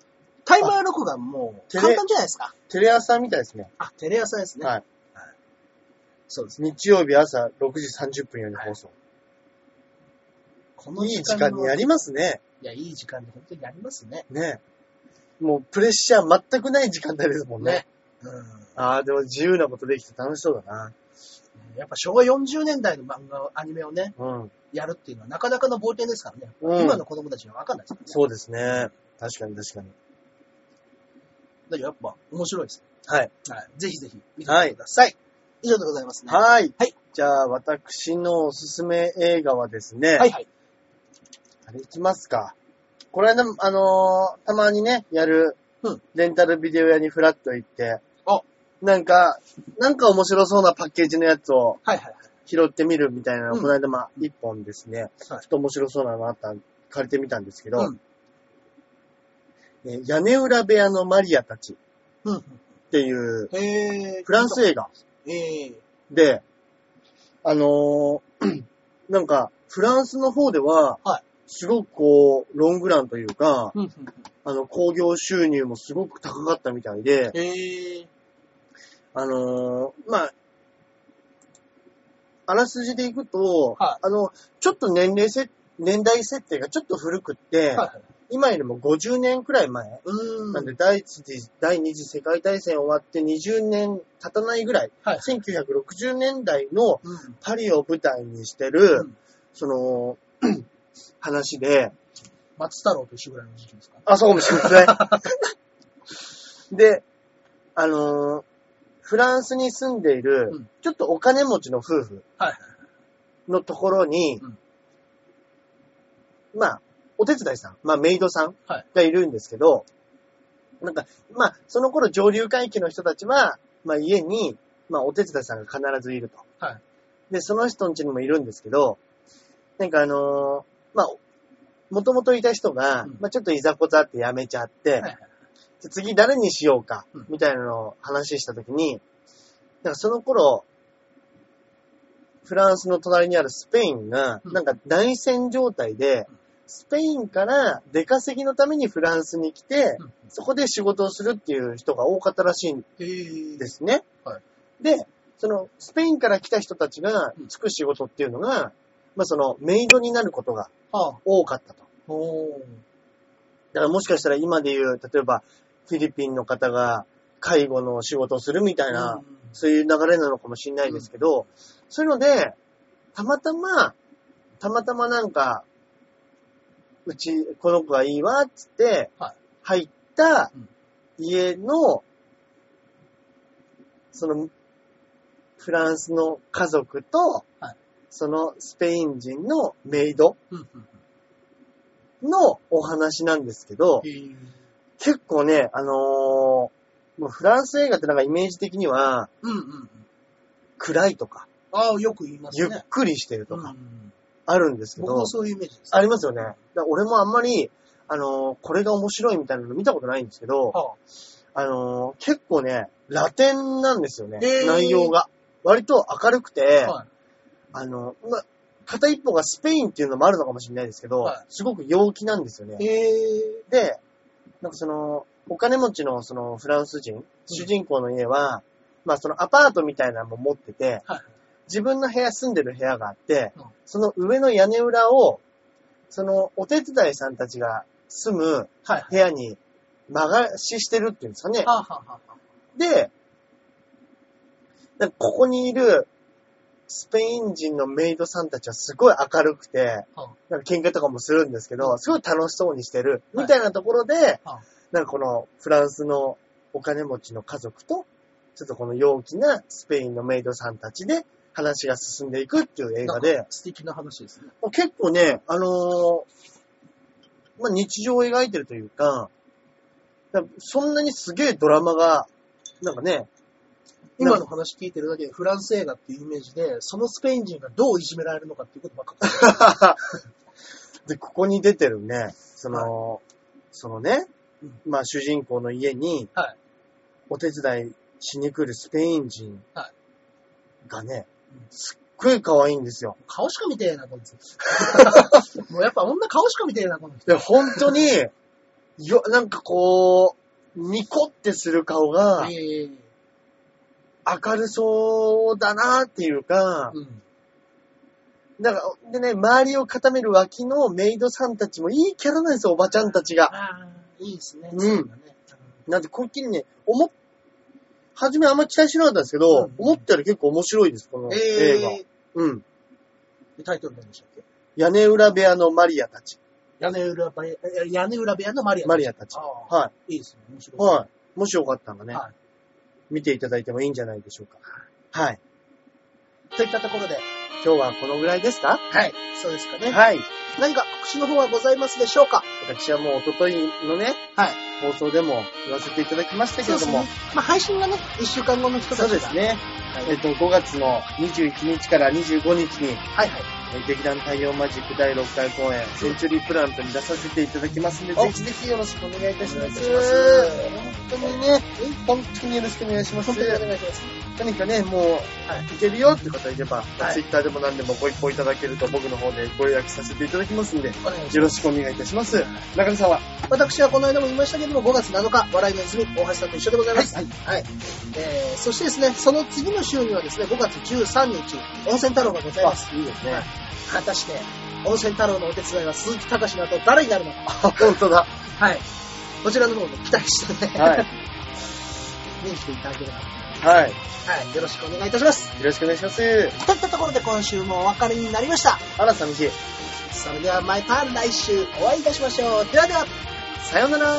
B: タイマー録画もう、
A: テレ
B: 簡単じゃないですか。
A: テレ朝みたいですね。
B: あ、テレ朝ですね。
A: はい
B: そうですね。
A: 日曜日朝6時30分より放送。
B: こ
A: いい時間にやりますね。
B: いや、いい時間で本当にやりますね。
A: ね。もうプレッシャー全くない時間帯ですもんね。
B: ねう
A: ああ、でも自由なことできて楽しそうだな。
B: ん。やっぱ昭和40年代の漫画、アニメをね、
A: うん。
B: やるっていうのはなかなかの冒険ですからね。
A: うん
B: 今の子供たちにはわかんないですからね。
A: そうですね。確かに確かに。
B: だけどやっぱ面白いです。
A: はい。
B: はい。ぜひぜひ見てみてください。以上でございますね。
A: はーい。
B: はい。
A: じゃあ、私のおすすめ映画はですね。
B: はい。はい。
A: あれいきますか。この間、あのーたまにね、やる
B: うん、
A: レンタルビデオ屋にフラッと行って、
B: あ
A: なんか、なんか面白そうなパッケージのやつを
B: はいはいはい。
A: 拾ってみるみたいなのを、
B: うん
A: この間、まあ、一本ですね、ちょ
B: はい
A: っと面白そうなのあったん借りてみたんですけど、
B: うん
A: えー屋根裏部屋のマリアたちっ
B: うん。
A: ていう
B: へー。
A: フランス映画
B: ええ
A: で、あのー なんか、フランスの方では
B: はい、
A: すごくこう、ロングランというか、
B: うんうんうん。
A: あの、工業収入もすごく高かったみたいで、
B: ええ
A: あのーまあ、あらすじでいくと、
B: は
A: あの、ちょっと年齢せ、年代設定がちょっと古くって、
B: はいはい。
A: 今よりも50年くらい前。
B: うーん。
A: なんで、第一次、第二次世界大戦終わって20年経たないぐらい、
B: はい
A: 1960年代の
B: うん。
A: パリを舞台にしてる、
B: ん
A: その、 話で、
B: 松太郎と一緒ぐらいの時期ですか
A: あ、そうかもしれません。 で、あのーフランスに住んでいる、
B: うん
A: ちょっとお金持ちの夫婦
B: はいはい
A: のところに、
B: うん
A: まあ、お手伝いさん、まあメイドさん
B: はい
A: がいるんですけど、なんか、まあ、その頃上流階級の人たちは、まあ家に、まあお手伝いさんが必ずいると。
B: はい
A: で、その人ん家にもいるんですけど、なんかあのーまあ、もともといた人が、
B: うん
A: まあちょっといざこざって辞めちゃって、
B: いはい
A: で次誰にしようか
B: うん、
A: みたいなのを話したときに、なんかその頃、フランスの隣にあるスペインが、
B: うん
A: なんか内戦状態で、スペインから出稼ぎのためにフランスに来て、
B: うん
A: そこで仕事をするっていう人が多かったらしいん
B: えー
A: で。すね。
B: はい
A: で、その、スペインから来た人たちが
B: うん
A: つく仕事っていうのが、まあその、メイドになることが
B: はあ。
A: 多かったと。
B: おー。
A: だからもしかしたら今で言う、例えば、フィリピンの方が介護の仕事をするみたいな、
B: うん
A: そういう流れなのかもしれないですけど、そういうので、たまたま、たまたまなんか、うち、この子がいいわ、つって
B: はい、
A: 入った
B: うん
A: 家の、その、フランスの家族と
B: はい、
A: そのスペイン人のメイド
B: うんうん
A: のお話なんですけど
B: え、ー
A: 結構ね、あのーもうフランス映画ってなんかイメージ的には、
B: うんうんうん。
A: 暗いとか、
B: ああ、よく言います
A: ゆ
B: ね。
A: っくりしてると
B: う
A: か、
B: ん
A: あるんですけ
B: 僕
A: ど、
B: もそういうイメージです。
A: ありますよね。だから俺もあんまり、あのーこれが面白いみたいなの見たことないんですけど、
B: は
A: あのー結構ね、ラテンなんですよね、
B: へー
A: 内容が。割と明るくて、
B: あ。はい。
A: あのーま片一方がスペインっていうのもあるのかもしれないですけど、
B: はい
A: すごく陽気なんですよね。
B: え
A: で、なんかその、お金持ちのそのフランス人、主人公の家は、まあそのアパートみたいなのも持ってて、
B: はい
A: 自分の部屋、住んでる部屋があって、
B: うん
A: その上の屋根裏を、そのお手伝いさんたちが住む
B: ー、はい。
A: 部屋に間貸ししてるっていうんですかね
B: は。あ、はあはあ、
A: で、なんかここにいるスペイン人のメイドさんたちはすごい明るくて
B: うん、
A: なんか喧嘩とかもするんですけど、すごい楽しそうにしてる、みたいなところで、なんかこのフランスのお金持ちの家族と、ちょっとこの陽気なスペインのメイドさんたちで話が進んでいくっていう映画
B: なん
A: で
B: か、素敵な話ですね。
A: もう結構ね、あのーまあ、日常を描いてるというか、なんかそんなにすげえドラマが、なんかね、
B: 今の話聞いてるだけで、フランス映画っていうイメージで、そのスペイン人がどういじめられるのかっていうことばっかり。
A: で、ここに出てるね、その、そのね
B: うん、
A: まあ、主人公の家に
B: はい、
A: お手伝いしに来るスペイン人
B: は
A: がね
B: うん、
A: すっごい可愛いんですよ。
B: 顔しか見てえな、 こいつ。もうやっぱ女顔しか見てえな、この人。
A: で、本当に、 よ、なんかこう、ニコってする顔が
B: ええ
A: 明るそうだなっていうか、
B: うん。
A: なんか、でね、周りを固める脇のメイドさんたちもいいキャラなんですよ、おばちゃんたちが。
B: ああ、いいですね。
A: うん
B: そうだね
A: なんで、こっきりね、思っ、はじめあんま期待しなかったんですけど、
B: うん
A: 思ったより結構面白いです、この
B: え
A: 映画。
B: え
A: うん。
B: でタイトル何でしたっけ
A: 屋根裏部屋のマリアたち。
B: 屋根裏部屋、え屋根裏部屋のマリア。
A: マリアたち。
B: ああ、。
A: はい
B: いですね。面白
A: い。
B: い。
A: はい。もしよかったらね、
B: は
A: 見ていただいてもいいんじゃないでしょうか。はい。
B: い。といったところで、
A: 今日はこのぐらいですか
B: はい。そうですかね。
A: はい。
B: 何か告知の方はございますでしょうか
A: 私はもうおとといのね、
B: はい。
A: 放送でも言わせていただきましたけ
B: そう
A: れど
B: です
A: も
B: ね、。まあ、配信がね、1週間後の人た
A: そ
B: ちが。
A: うですね。
B: はい。
A: えっと、5月の21日から25日に、
B: はいはい。
A: 劇団太陽マジック第6回公演、センチュリープラントに出させていただきますんで、
B: お
A: ぜひぜひよろしくお願いいたします。
B: お願いいたし
A: 本当にね、本当によろしくお願いします。
B: 本当にお願いします。
A: 何かね、もう、い、けるよって方いれば、ツイッターでも何でもご一報いただけると僕の方でご予約させていただきますんで、
B: お願いします
A: よろしくお願いいたします。中野さんは、
B: 私はこの間も言いましたけども、5月7日、笑いの泉、大橋さんと一緒でございます。
A: はい
B: はい。えー、そしてですね、その次の週にはですね、5月13日、温泉太郎がございます。
A: いいです
B: はい。果たして、温泉太郎のお手伝いは鈴木隆の後誰になるのか。
A: あ、本当だ。
B: はい。こちらの方も期待してね、
A: はい。
B: 見に来ていただければ。
A: はい。
B: はい。よろしくお願いいたします。
A: よろしくお願いします。
B: といったところで今週もお別れになりました。
A: あら、寂しい。
B: それではまた来週お会いいたしましょう。ではでは。
A: さようなら。